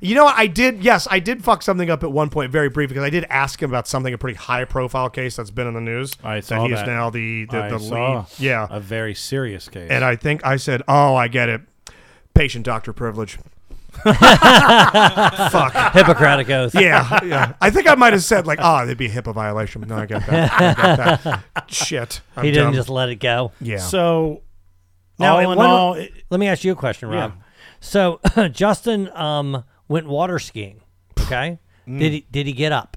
E: you know what? I did. Yes, I did fuck something up at one point, very brief, because I did ask him about something a pretty high profile case that's been in the news.
F: I saw
E: he is
F: that.
E: now the the,
F: I
E: Uh, the
F: saw
E: lead. Yeah,
F: a very serious case.
E: and I think I said, "Oh, I get it, patient doctor privilege." Fuck.
G: Hippocratic
F: *laughs*
G: oath.
E: Yeah,
G: *laughs*
E: yeah. I think I might have said like, "Ah, there'd be a HIPAA violation." No, I get that. I get
G: *laughs*
E: that. Shit, I'm
G: he didn't
E: dumb.
G: just let it go.
E: yeah.
F: So
G: Now,
F: all
G: it-
F: in
G: one-
F: all, it-
G: let me ask you a question, Rob. So *laughs* Justin um, went water skiing. Okay,
F: Mm.
G: did he did he get up?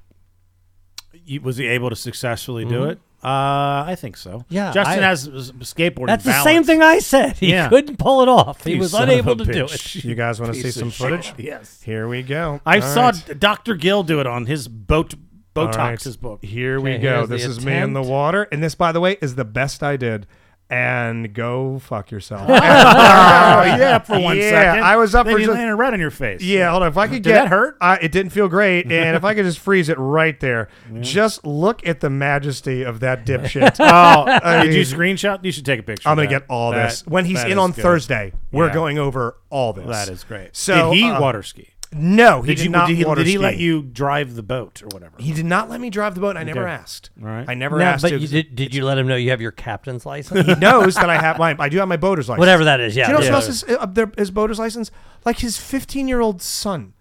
F: you- was he able to successfully
E: Mm-hmm.
F: do it? Uh, I think so.
G: Yeah,
F: Justin
G: I-
F: has s- skateboarding.
G: That's the
F: balance.
G: same thing I said. He
F: Yeah.
G: couldn't pull it off. He
F: You
G: was
F: son of
G: unable
F: a
G: to do
F: bitch.
G: it.
E: you guys want to see
F: Piece
E: some
F: of
E: footage?
F: shit. Yes.
E: Here we go.
F: I
E: All
F: saw
E: right.
F: D- Dr. Gill do it on his boat
E: All
F: Botox
E: right.
F: his book.
E: Here we
G: Okay,
E: go.
G: here's the
E: This is me in the
G: attempt.
E: water, and this, by the way, is the best I did. and go fuck yourself.
F: Oh, *laughs* yeah, for one second.
E: Yeah, I was up
F: then
E: for
F: you
E: just-
F: landed right on your face.
E: Yeah, hold on. If I could get
F: Did that hurt?
E: I, it didn't feel
F: *laughs*
E: great. And if I could just freeze it right there, just look at the majesty of
F: *laughs*
E: that dipshit.
F: Oh,
E: I
F: did you
E: mean-
F: screenshot? You should take a picture.
E: I'm
F: of
E: gonna
F: that.
E: get all
F: That-
E: this when he's
F: that
E: in
F: is
E: on
F: good.
E: Thursday. We're
F: Yeah.
E: going over all this.
F: That is great.
E: So
F: did he
E: uh,
F: water ski?
E: No, he did,
F: you?
E: not.
F: did, he,
E: water
F: did he let
E: ski.
F: you drive the boat or whatever?
E: He did not let me drive the boat. and I never
F: Okay.
E: asked.
F: All right.
E: I never
G: No,
E: asked.
G: but
E: to-
G: you did, did you let him know you have your captain's
E: *laughs*
G: license?
E: he knows that I have my. I do have my boater's license.
G: Whatever that is, yeah.
E: Do you know
G: yeah.
E: what else is uh, up there? His boater's license, like his 15 year old son,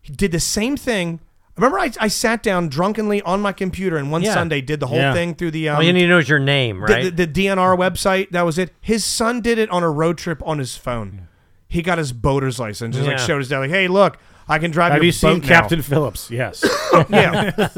E: he did the same thing. Remember, I, I sat down drunkenly on my computer and one
G: Yeah.
E: Sunday did the whole
F: Yeah.
E: thing through the um,
G: All you need to know is your name,
E: the-
G: right?
E: the, the DNR website. That was it. His son did it on a road trip on his phone. He got his boater's license. Just like
G: Yeah.
E: showed his dad, like, "Hey, look, I can drive
F: Have
E: your
F: you seen
E: boat now."
F: Captain
E: *coughs*
F: Phillips? Yes.
E: *laughs* yeah.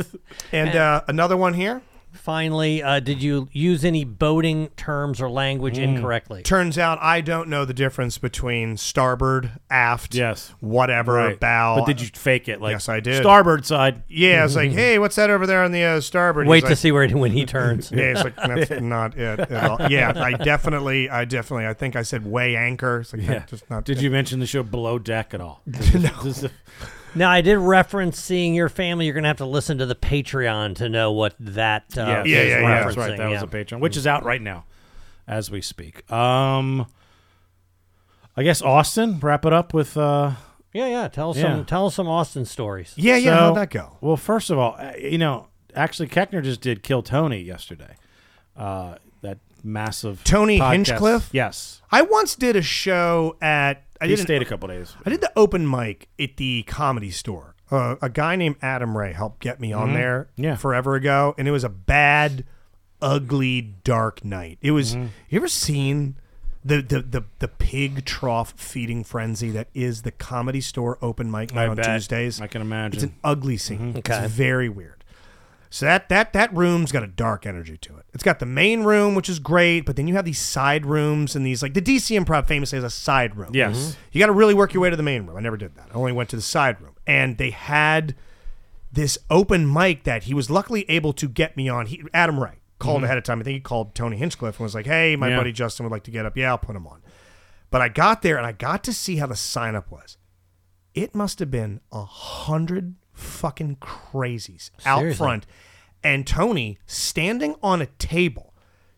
E: And uh, another one here.
G: Finally, uh, did you use any boating terms or language
E: Hmm.
G: incorrectly?
E: Turns out I don't know the difference between starboard, aft,
F: Yes.
E: whatever,
F: Right.
E: bow.
F: But did you fake it? Like
E: Yes, I did.
F: Starboard side.
E: Yeah, it's
F: *laughs*
E: like, hey, what's that over there on the uh, starboard?
G: Wait
E: He's
G: to
E: like,
G: see where he, when
E: *laughs*
G: he turns.
E: Yeah, it's
F: *laughs*
E: like that's not it at all. Yeah, I definitely, I definitely, I think I said way anchor. It's like yeah. just not.
F: Did you mention the show Below Deck at all? no.
G: Now, I did reference seeing your family. You're going to have to listen to the Patreon to know what that uh,
F: yeah,
E: yeah,
F: yeah,
G: is
E: yeah,
G: referencing.
F: That's right. That was
G: yeah.
F: a Patreon, which is out right now as we speak. Um, I guess Austin. Wrap it up with. Uh,
G: yeah, yeah. Tell us
F: Yeah.
G: some tell us some Austin stories.
E: Yeah, yeah.
F: so-
E: how'd that go?
F: Well, first of all, uh, you know, actually, Keckner just did Kill Tony yesterday. Uh, that massive
E: Tony
F: podcast.
E: Hinchcliffe?
F: Yes,
E: I once did a show at. I
F: he
E: did
F: stayed
E: an,
F: a couple days.
E: I did the open mic at the comedy store. Uh, a guy named Adam Ray helped get me on there
F: Mm-hmm. Yeah.
E: forever ago, and it was a bad, ugly, dark night. It was.
F: Mm-hmm.
E: You ever seen the, the the the pig trough feeding frenzy that is the comedy store open mic night on
F: bet.
E: Tuesdays?
F: I can imagine. Mm-hmm.
E: It's an ugly scene.
G: Okay.
E: It's very weird. So that that that room's got a dark energy to it. It's got the main room, which is great, but then you have these side rooms and these like the DC Improv famously has a side room.
F: Yes.
E: you got to really work your way to the main room. I never did that. I only went to the side room, and they had this open mic that he was luckily able to get me on. He, Adam Ray called ahead of time. I think he called Tony Hinchcliffe and was like, "Hey, my
F: Mm-hmm. Yeah.
E: buddy Justin would like to get up. Yeah, I'll put him on." But I got there and I got to see how the sign up was. It must have been a hundred fucking crazies out
G: Seriously.
E: front, and Tony standing on a table,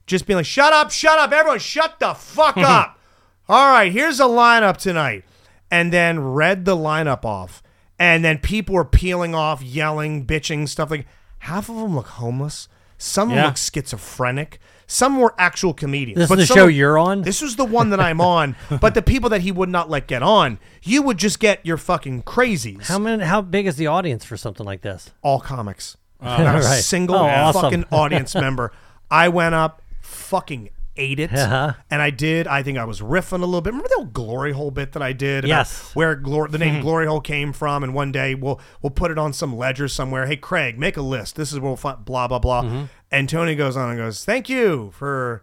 E: just being like, "Shut up, shut up, everyone, shut the
G: *laughs*
E: fuck up." All right, here's a lineup tonight, and then read the lineup off, and then people were peeling off, yelling, bitching, stuff like. Half of them look homeless. Some of
F: Yeah.
E: them look schizophrenic. Some were actual comedians.
G: This is
E: but
G: the
E: some
G: show
E: were-
G: you're on?
E: *laughs* This was the one that I'm on. but the people that he would not let get on, you would just get your fucking crazies.
G: How many? How big is the audience for something like this?
E: All comics. Not a
G: All right.
E: single
G: Oh, awesome.
E: fucking audience
G: *laughs*
E: member. I went up, fucking ate it,
G: Uh-huh.
E: and I did. I think I was riffing a little bit. Remember the old glory hole bit that I did? about
G: Yes. Hmm.
E: Where glory, the name glory hole came from, and one day we'll we'll put it on some ledger somewhere. Hey, Craig, make a list. This is where we'll find blah blah blah.
G: Mm-hmm.
E: And Tony goes on and goes, "Thank you for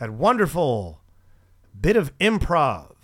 E: that wonderful bit of
G: *laughs*
E: improv."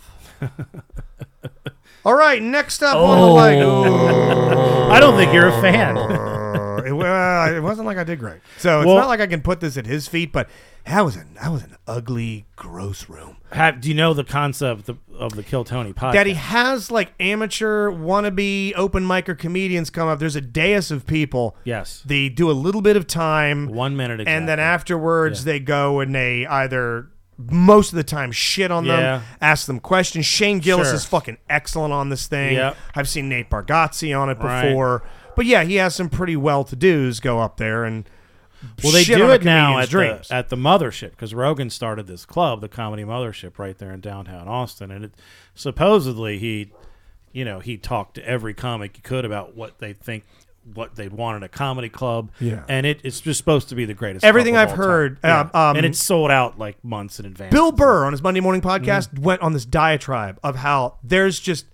E: All right, next up on the like.
G: Oh.
F: I don't think you're a fan. *laughs*
E: Uh, it, well, it wasn't like I did great. So it's
F: Well-
E: not like I can put this at his feet, but that was an that was an ugly, gross room.
F: Have, do you know the concept of the, of the Kill Tony podcast?
E: That he has like amateur wannabe open micer comedians come up. There's a dais of people.
F: Yes.
E: They do a little bit of time.
F: One minute
E: And then
F: exactly.
E: afterwards they go and they either most of the time shit on
F: Yeah.
E: them, ask them questions. Shane Gillis
F: Sure.
E: is fucking excellent on this thing.
F: Yep.
E: I've seen Nate Bargatze on it
F: Right.
E: before. But yeah, he has some pretty well to dos go up there and
F: Well, they
E: shit
F: do
E: on a
F: it now
E: comedian's
F: at
E: dreams.
F: the, at the mothership because Rogan started this club, the Comedy Mothership, right there in downtown Austin, and it supposedly he, you know, he talked to every comic he could about what they think, what they'd want in a comedy club,
E: Yeah.
F: and it, it's just supposed to be the greatest.
E: Everything
F: club of
E: I've
F: all time.
E: heard,
F: Yeah.
E: uh, um,
F: and it's sold out like months in advance.
E: Bill Burr on his Monday morning podcast went on this diatribe of how there's just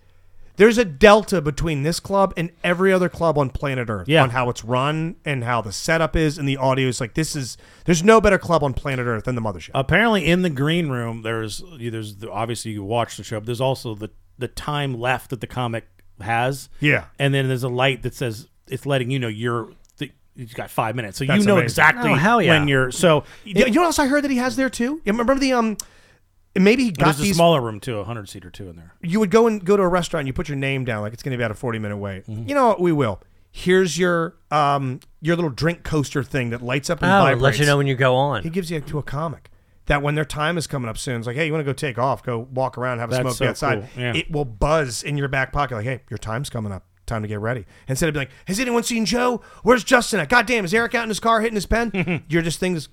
E: there's a delta between this club and every other club on planet Earth
F: Yeah.
E: on how it's run and how the setup is and the audio is like this is there's no better club on planet Earth than the Mothership.
F: apparently in the green room there's there's the, obviously you watch the show but there's also the the time left that the comic has
E: Yeah.
F: and then there's a light that says it's letting you know you're the, you got five minutes, so
E: That's
F: you know
E: amazing.
F: exactly
G: Oh, hell yeah.
F: when you're. So
E: you know what else I heard that he has there too? You remember the um? Maybe he got
F: there's a
E: these.
F: smaller room too, a hundred seater too in there.
E: you would go and go to a restaurant. and You put your name down, like it's going to be about a forty minute wait. You know what? We will. Here's your um your little drink coaster thing that lights up and
G: Oh,
E: vibrates.
G: let you know when you go on.
E: He gives you to a comic that when their time is coming up soon, it's like, hey, you want to go take off, go walk around, have a
F: That's
E: smoke
F: so
E: be outside.
F: cool. Yeah.
E: It will buzz in your back pocket, like, hey, your time's coming up. Time to get ready. Instead of being like, has anyone seen Joe? Where's Justin at? God damn, is Eric out in his car hitting his
F: *laughs*
E: pen? You're just things.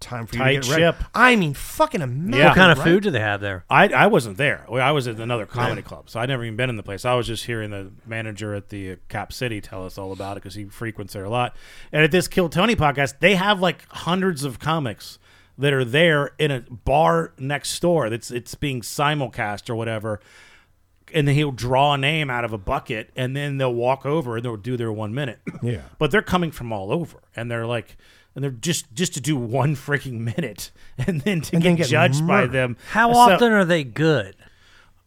E: Time for you
F: Tight
E: to get ready.
F: ship.
E: I mean, fucking amazing.
F: Yeah.
G: what kind of
E: right?
G: food do they have there?
F: I, I wasn't there. Well, I was at another comedy club, so I'd never even been in the place. I was just hearing the manager at the uh, Cap City tell us all about it because he frequents there a lot. And at this Kill Tony podcast, they have like hundreds of comics that are there in a bar next door. That's it's being simulcast or whatever. And then he'll draw a name out of a bucket, and then they'll walk over and they'll do their one minute.
E: Yeah.
F: *laughs* but they're coming from all over, and they're like, and they're just just to do one freaking minute, *laughs* and then to
E: And
F: get,
E: then get
F: judged by
E: murdered.
F: them.
G: How
F: So-
G: often are they good?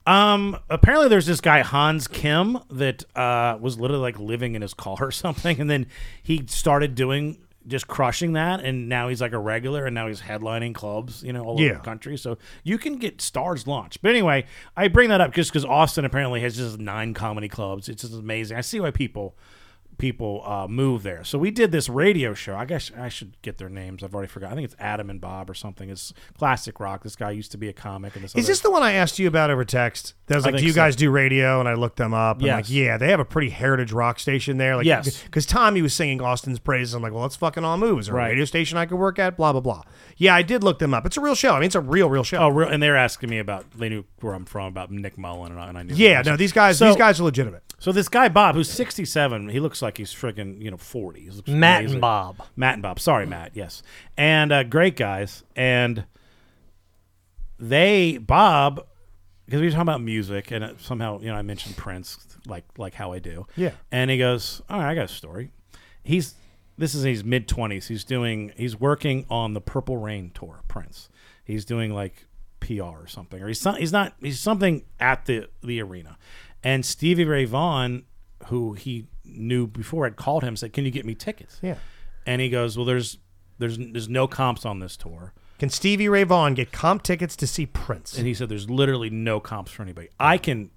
F: um, apparently there's this guy Hans Kim that uh, was literally like living in his car or *laughs* something, and then he started doing just crushing that, and now he's like a regular, and now he's headlining clubs, you know, all
E: Yeah.
F: over the country. So you can get stars launched. But anyway, I bring that up just because Austin apparently has just nine comedy clubs. It's just amazing. I see why people people uh, move there. So we did this radio show. I guess I should get their names. I've already forgot. I think it's Adam and Bob or something. It's classic rock. This guy used to be a comic. And this
E: Is
F: other-
E: this the one I asked you about over text? That was
F: I
E: like, do
F: think
E: you
F: so.
E: guys do radio? And I looked them up. And I'm like,
F: Yes.
E: yeah, they have a pretty heritage rock station there. Like,
F: Yes.
E: Because Tommy was singing Austin's praises. I'm like, well, that's fucking all moves. Or a
F: Right.
E: radio station I could work at, blah, blah, blah. Yeah, I did look them up. It's a real show. I mean, it's a real, real show.
F: Oh, real, and they were asking me about they knew where I'm from about Nick Mullen and I, and I knew.
E: yeah, no, these guys,
F: So-
E: these guys are legitimate.
F: So this guy Bob, who's 67, he looks like he's friggin' you know 40. He looks
G: Matt and
F: amazing.
G: Bob.
F: Matt and Bob. Sorry, Matt. Yes, and uh, great guys. And they Bob because we were talking about music, and it, somehow you know I mentioned Prince, like like how I do.
E: Yeah.
F: And he goes, "All right, I got a story." He's this is in his mid twenties. He's doing he's working on the Purple Rain tour. Prince. He's doing like PR or something, or he's some, he's not he's something at the the arena, and Stevie Ray Vaughan, who he knew before, had called him and said, "Can you get me tickets?"
E: Yeah.
F: And he goes, "Well, there's there's there's no comps on this tour."
E: Can Stevie Ray Vaughan get comp tickets to see Prince?
F: and he said there's literally no comps for anybody i can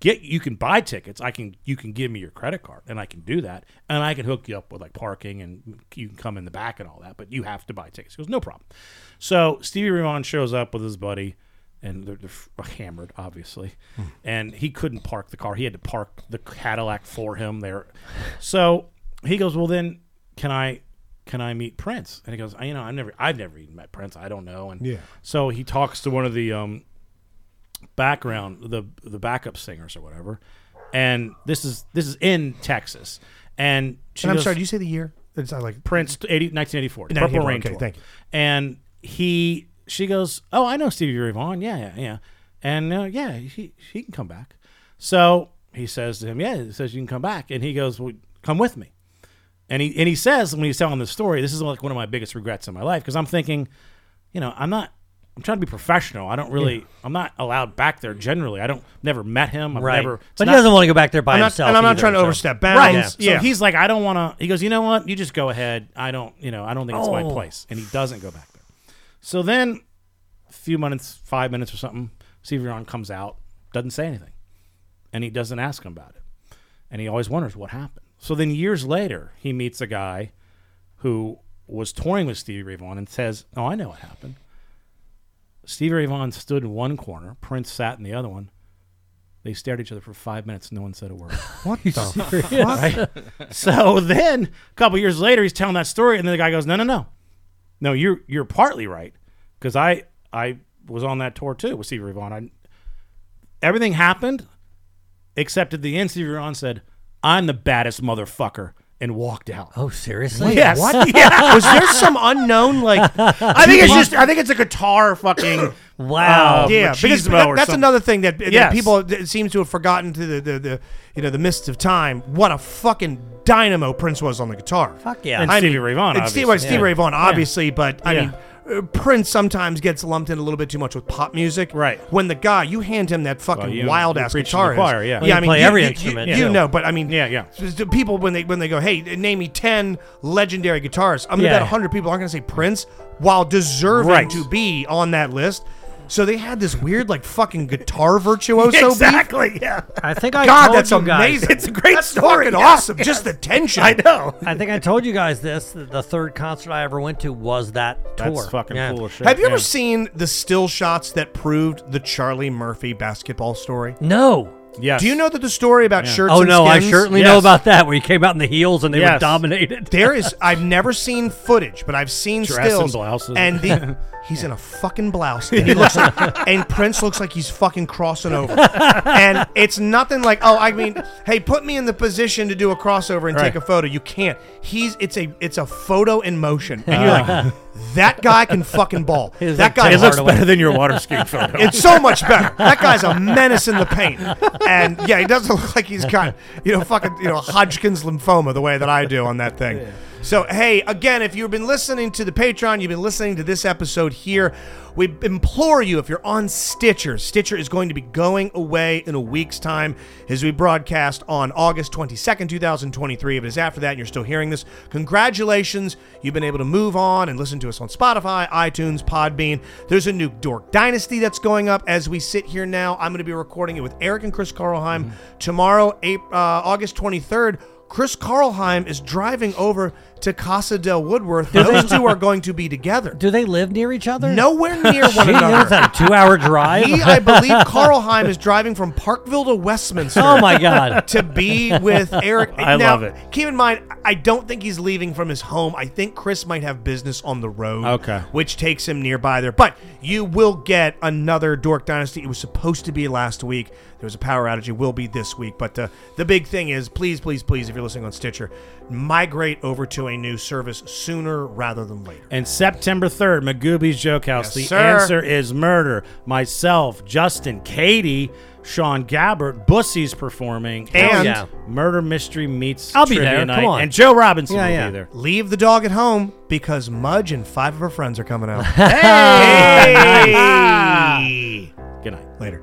F: get you can buy tickets i can you can give me your credit card and i can do that and i can hook you up with like parking and you can come in the back and all that but you have to buy tickets he goes no problem so stevie ray vaughan shows up with his buddy and they're, they're f- hammered obviously and he couldn't park the car he had to park the cadillac for him there so he goes well then can i can i meet prince and he goes I, you know i never i've never even met prince i don't know and
E: Yeah.
F: so he talks to one of the um, background the the backup singers or whatever, and this is this is in Texas, and she
E: and I'm
F: goes-
E: sorry, did you say the year? It's not like
F: Prince 80, 1984
E: 1984,
F: Purple Rain
E: okay,
F: tour.
E: thank you.
F: and he she goes oh I know Stevie Ray Vaughan yeah yeah yeah and uh, yeah he he can come back so he says to him yeah he says you can come back and he goes well come with me and he and he says when he's telling the story, this is like one of my biggest regrets in my life because I'm thinking, you know, I'm not. I'm trying to be professional. I don't really. I'm not allowed back there generally. I don't. Never met him. I've
G: Right.
F: never. it's
G: but
F: not-
G: he doesn't want to go back there by
E: I'm not,
G: himself.
E: and I'm not
G: either,
E: trying to
G: so-
E: overstep
F: Right.
E: bounds.
F: So he's like, I don't want to. He goes, you know what? You just go ahead. I don't. You know, I don't think it's my
G: Oh.
F: place. And he doesn't go back there. So then, a few minutes, five minutes or something, Severon comes out, doesn't say anything, and he doesn't ask him about it, and he always wonders what happened. So then, years later, he meets a guy who was touring with Stevie Ray Vaughan and says, "Oh, I know what happened." Stevie Ray Vaughan stood in one corner, Prince sat in the other one. They stared at each other for five minutes. No one said a word.
E: what
F: *laughs*
E: the *laughs*
F: So *laughs* then a couple years later, he's telling that story, and then the guy goes, "No, no, no, no. You're you're partly right because I I was on that tour too with Stevie Ray Vaughan. I, everything happened except at the end, Stevie Ray Vaughan said, "I'm the baddest motherfucker," and walked out.
G: Oh, seriously?
F: yes, *laughs* what? yeah.
E: Was there some unknown like?
F: *laughs* I think it's just I think it's a
E: *coughs*
F: guitar fucking
G: Wow.
F: uh,
E: yeah, because
F: machismo
E: that-
F: or
E: that's
F: something.
E: another thing that, that
F: Yes.
E: people that seem to have forgotten to the, the, the you know the mists of time. What a fucking dynamo Prince was on the guitar.
G: Fuck yeah.
F: And Stevie Ray Vaughan,
E: and Stevie, well,
F: obviously.
E: Stevie Ray Vaughan, obviously, but I
F: Yeah.
E: mean, uh, Prince sometimes gets lumped in a little bit too much with pop music.
F: Right.
E: When the guy, you hand him that fucking
F: Well, you-
E: wild
F: you
E: ass
F: preach to
E: guitar.
F: the choir, yeah. Well,
G: you
E: I mean,
G: play
E: you,
G: every
E: you- you-
G: instrument,
E: You,
G: too.
E: know, Uh, but I mean,
F: Yeah, yeah.
E: s- the People when they when they go, hey, name me ten legendary guitarists. I'm gonna
G: Yeah.
E: bet hundred people aren't gonna say Prince, while deserving
F: Right.
E: to be on that list. So they had this weird like fucking guitar
F: *laughs*
E: virtuoso beef.
F: exactly. Yeah,
G: I think I
E: God,
G: told
E: that's
G: you guys-
E: amazing.
F: It's a great
E: that's
F: story.
E: Fucking
F: Yeah,
E: awesome. Just the tension.
F: I know.
G: I think I told you guys this. that The third concert I ever went to was that tour.
F: That's fucking
G: Yeah.
F: cool as shit.
E: Have you
F: yeah.
E: ever seen the still shots that proved the Charlie Murphy basketball story?
G: No.
F: Yes.
E: Do you know that the story about shirts?
G: Oh
E: and
G: no, I
E: skins-
G: certainly
F: Yes.
G: know about that. Where you came out in the heels and they were
F: Yes.
G: dominated.
E: There is. I've never seen footage, but I've seen
F: Dress and
E: stills.
F: blouses.
E: And the, he's in a fucking blouse, and he looks like, and Prince looks like he's fucking crossing over. And it's nothing like, oh, I mean, hey, put me in the position to do a crossover and take
F: Right.
E: a photo. You can't. He's it's a it's a photo in motion, and you're like, that guy can fucking ball. That
G: like
E: guy
G: Tim
F: It looks
G: Hardaway.
F: better than your water
E: *laughs*
F: skiing photo.
E: It's so much better. That guy's a menace in the paint. And yeah, he doesn't look like he's got, you know, fucking, you know, Hodgkin's lymphoma the way that I do on that thing. So, hey, again, if you've been listening to the Patreon, you've been listening to this episode here, we implore you, if you're on Stitcher, Stitcher is going to be going away in a week's time as we broadcast on August 22nd, 2023. If it is after that and you're still hearing this, congratulations. You've been able to move on and listen to us on Spotify, iTunes, Podbean. There's a new Dork Dynasty that's going up as we sit here now. I'm going to be recording it with Eric and Chris Carlheim
G: Mm-hmm.
E: tomorrow, April, uh, August 23rd. Chris Carlheim is driving over to Casa del Woodworth. Those two are going to be together.
G: Do they live near each other?
E: Nowhere near one
G: Gee, that's
E: another.
G: a two-hour drive.
E: He, I believe, Carlheim is driving from Parkville to Westminster
G: oh my
E: *laughs*
G: god.
E: to be
F: *laughs*
E: with Eric.
F: I
E: Now,
F: love it.
E: Keep in mind, I don't think he's leaving from his home. I think Chris might have business on the road,
F: Okay.
E: which takes him nearby there. But you will get another Dork Dynasty. It was supposed to be last week. There was a power outage. It will be this week. But uh, the big thing is, please, please, please, if you're listening on Stitcher, migrate over to a new service sooner rather than later.
F: And September 3rd, Magooby's Joke House. the
E: sir.
F: answer is murder. Myself, Justin, Katie, Sean Gabbert, Bussy's performing.
E: And-
G: yeah.
F: Murder Mystery meets
G: I'll be
F: Trivia
G: there, come
F: Night.
G: on.
F: And Joe Robinson
G: Yeah,
F: will
G: yeah.
F: be there.
E: Leave the dog at home because Mudge and five of her friends are coming out. hey!
F: Good night.
E: Later.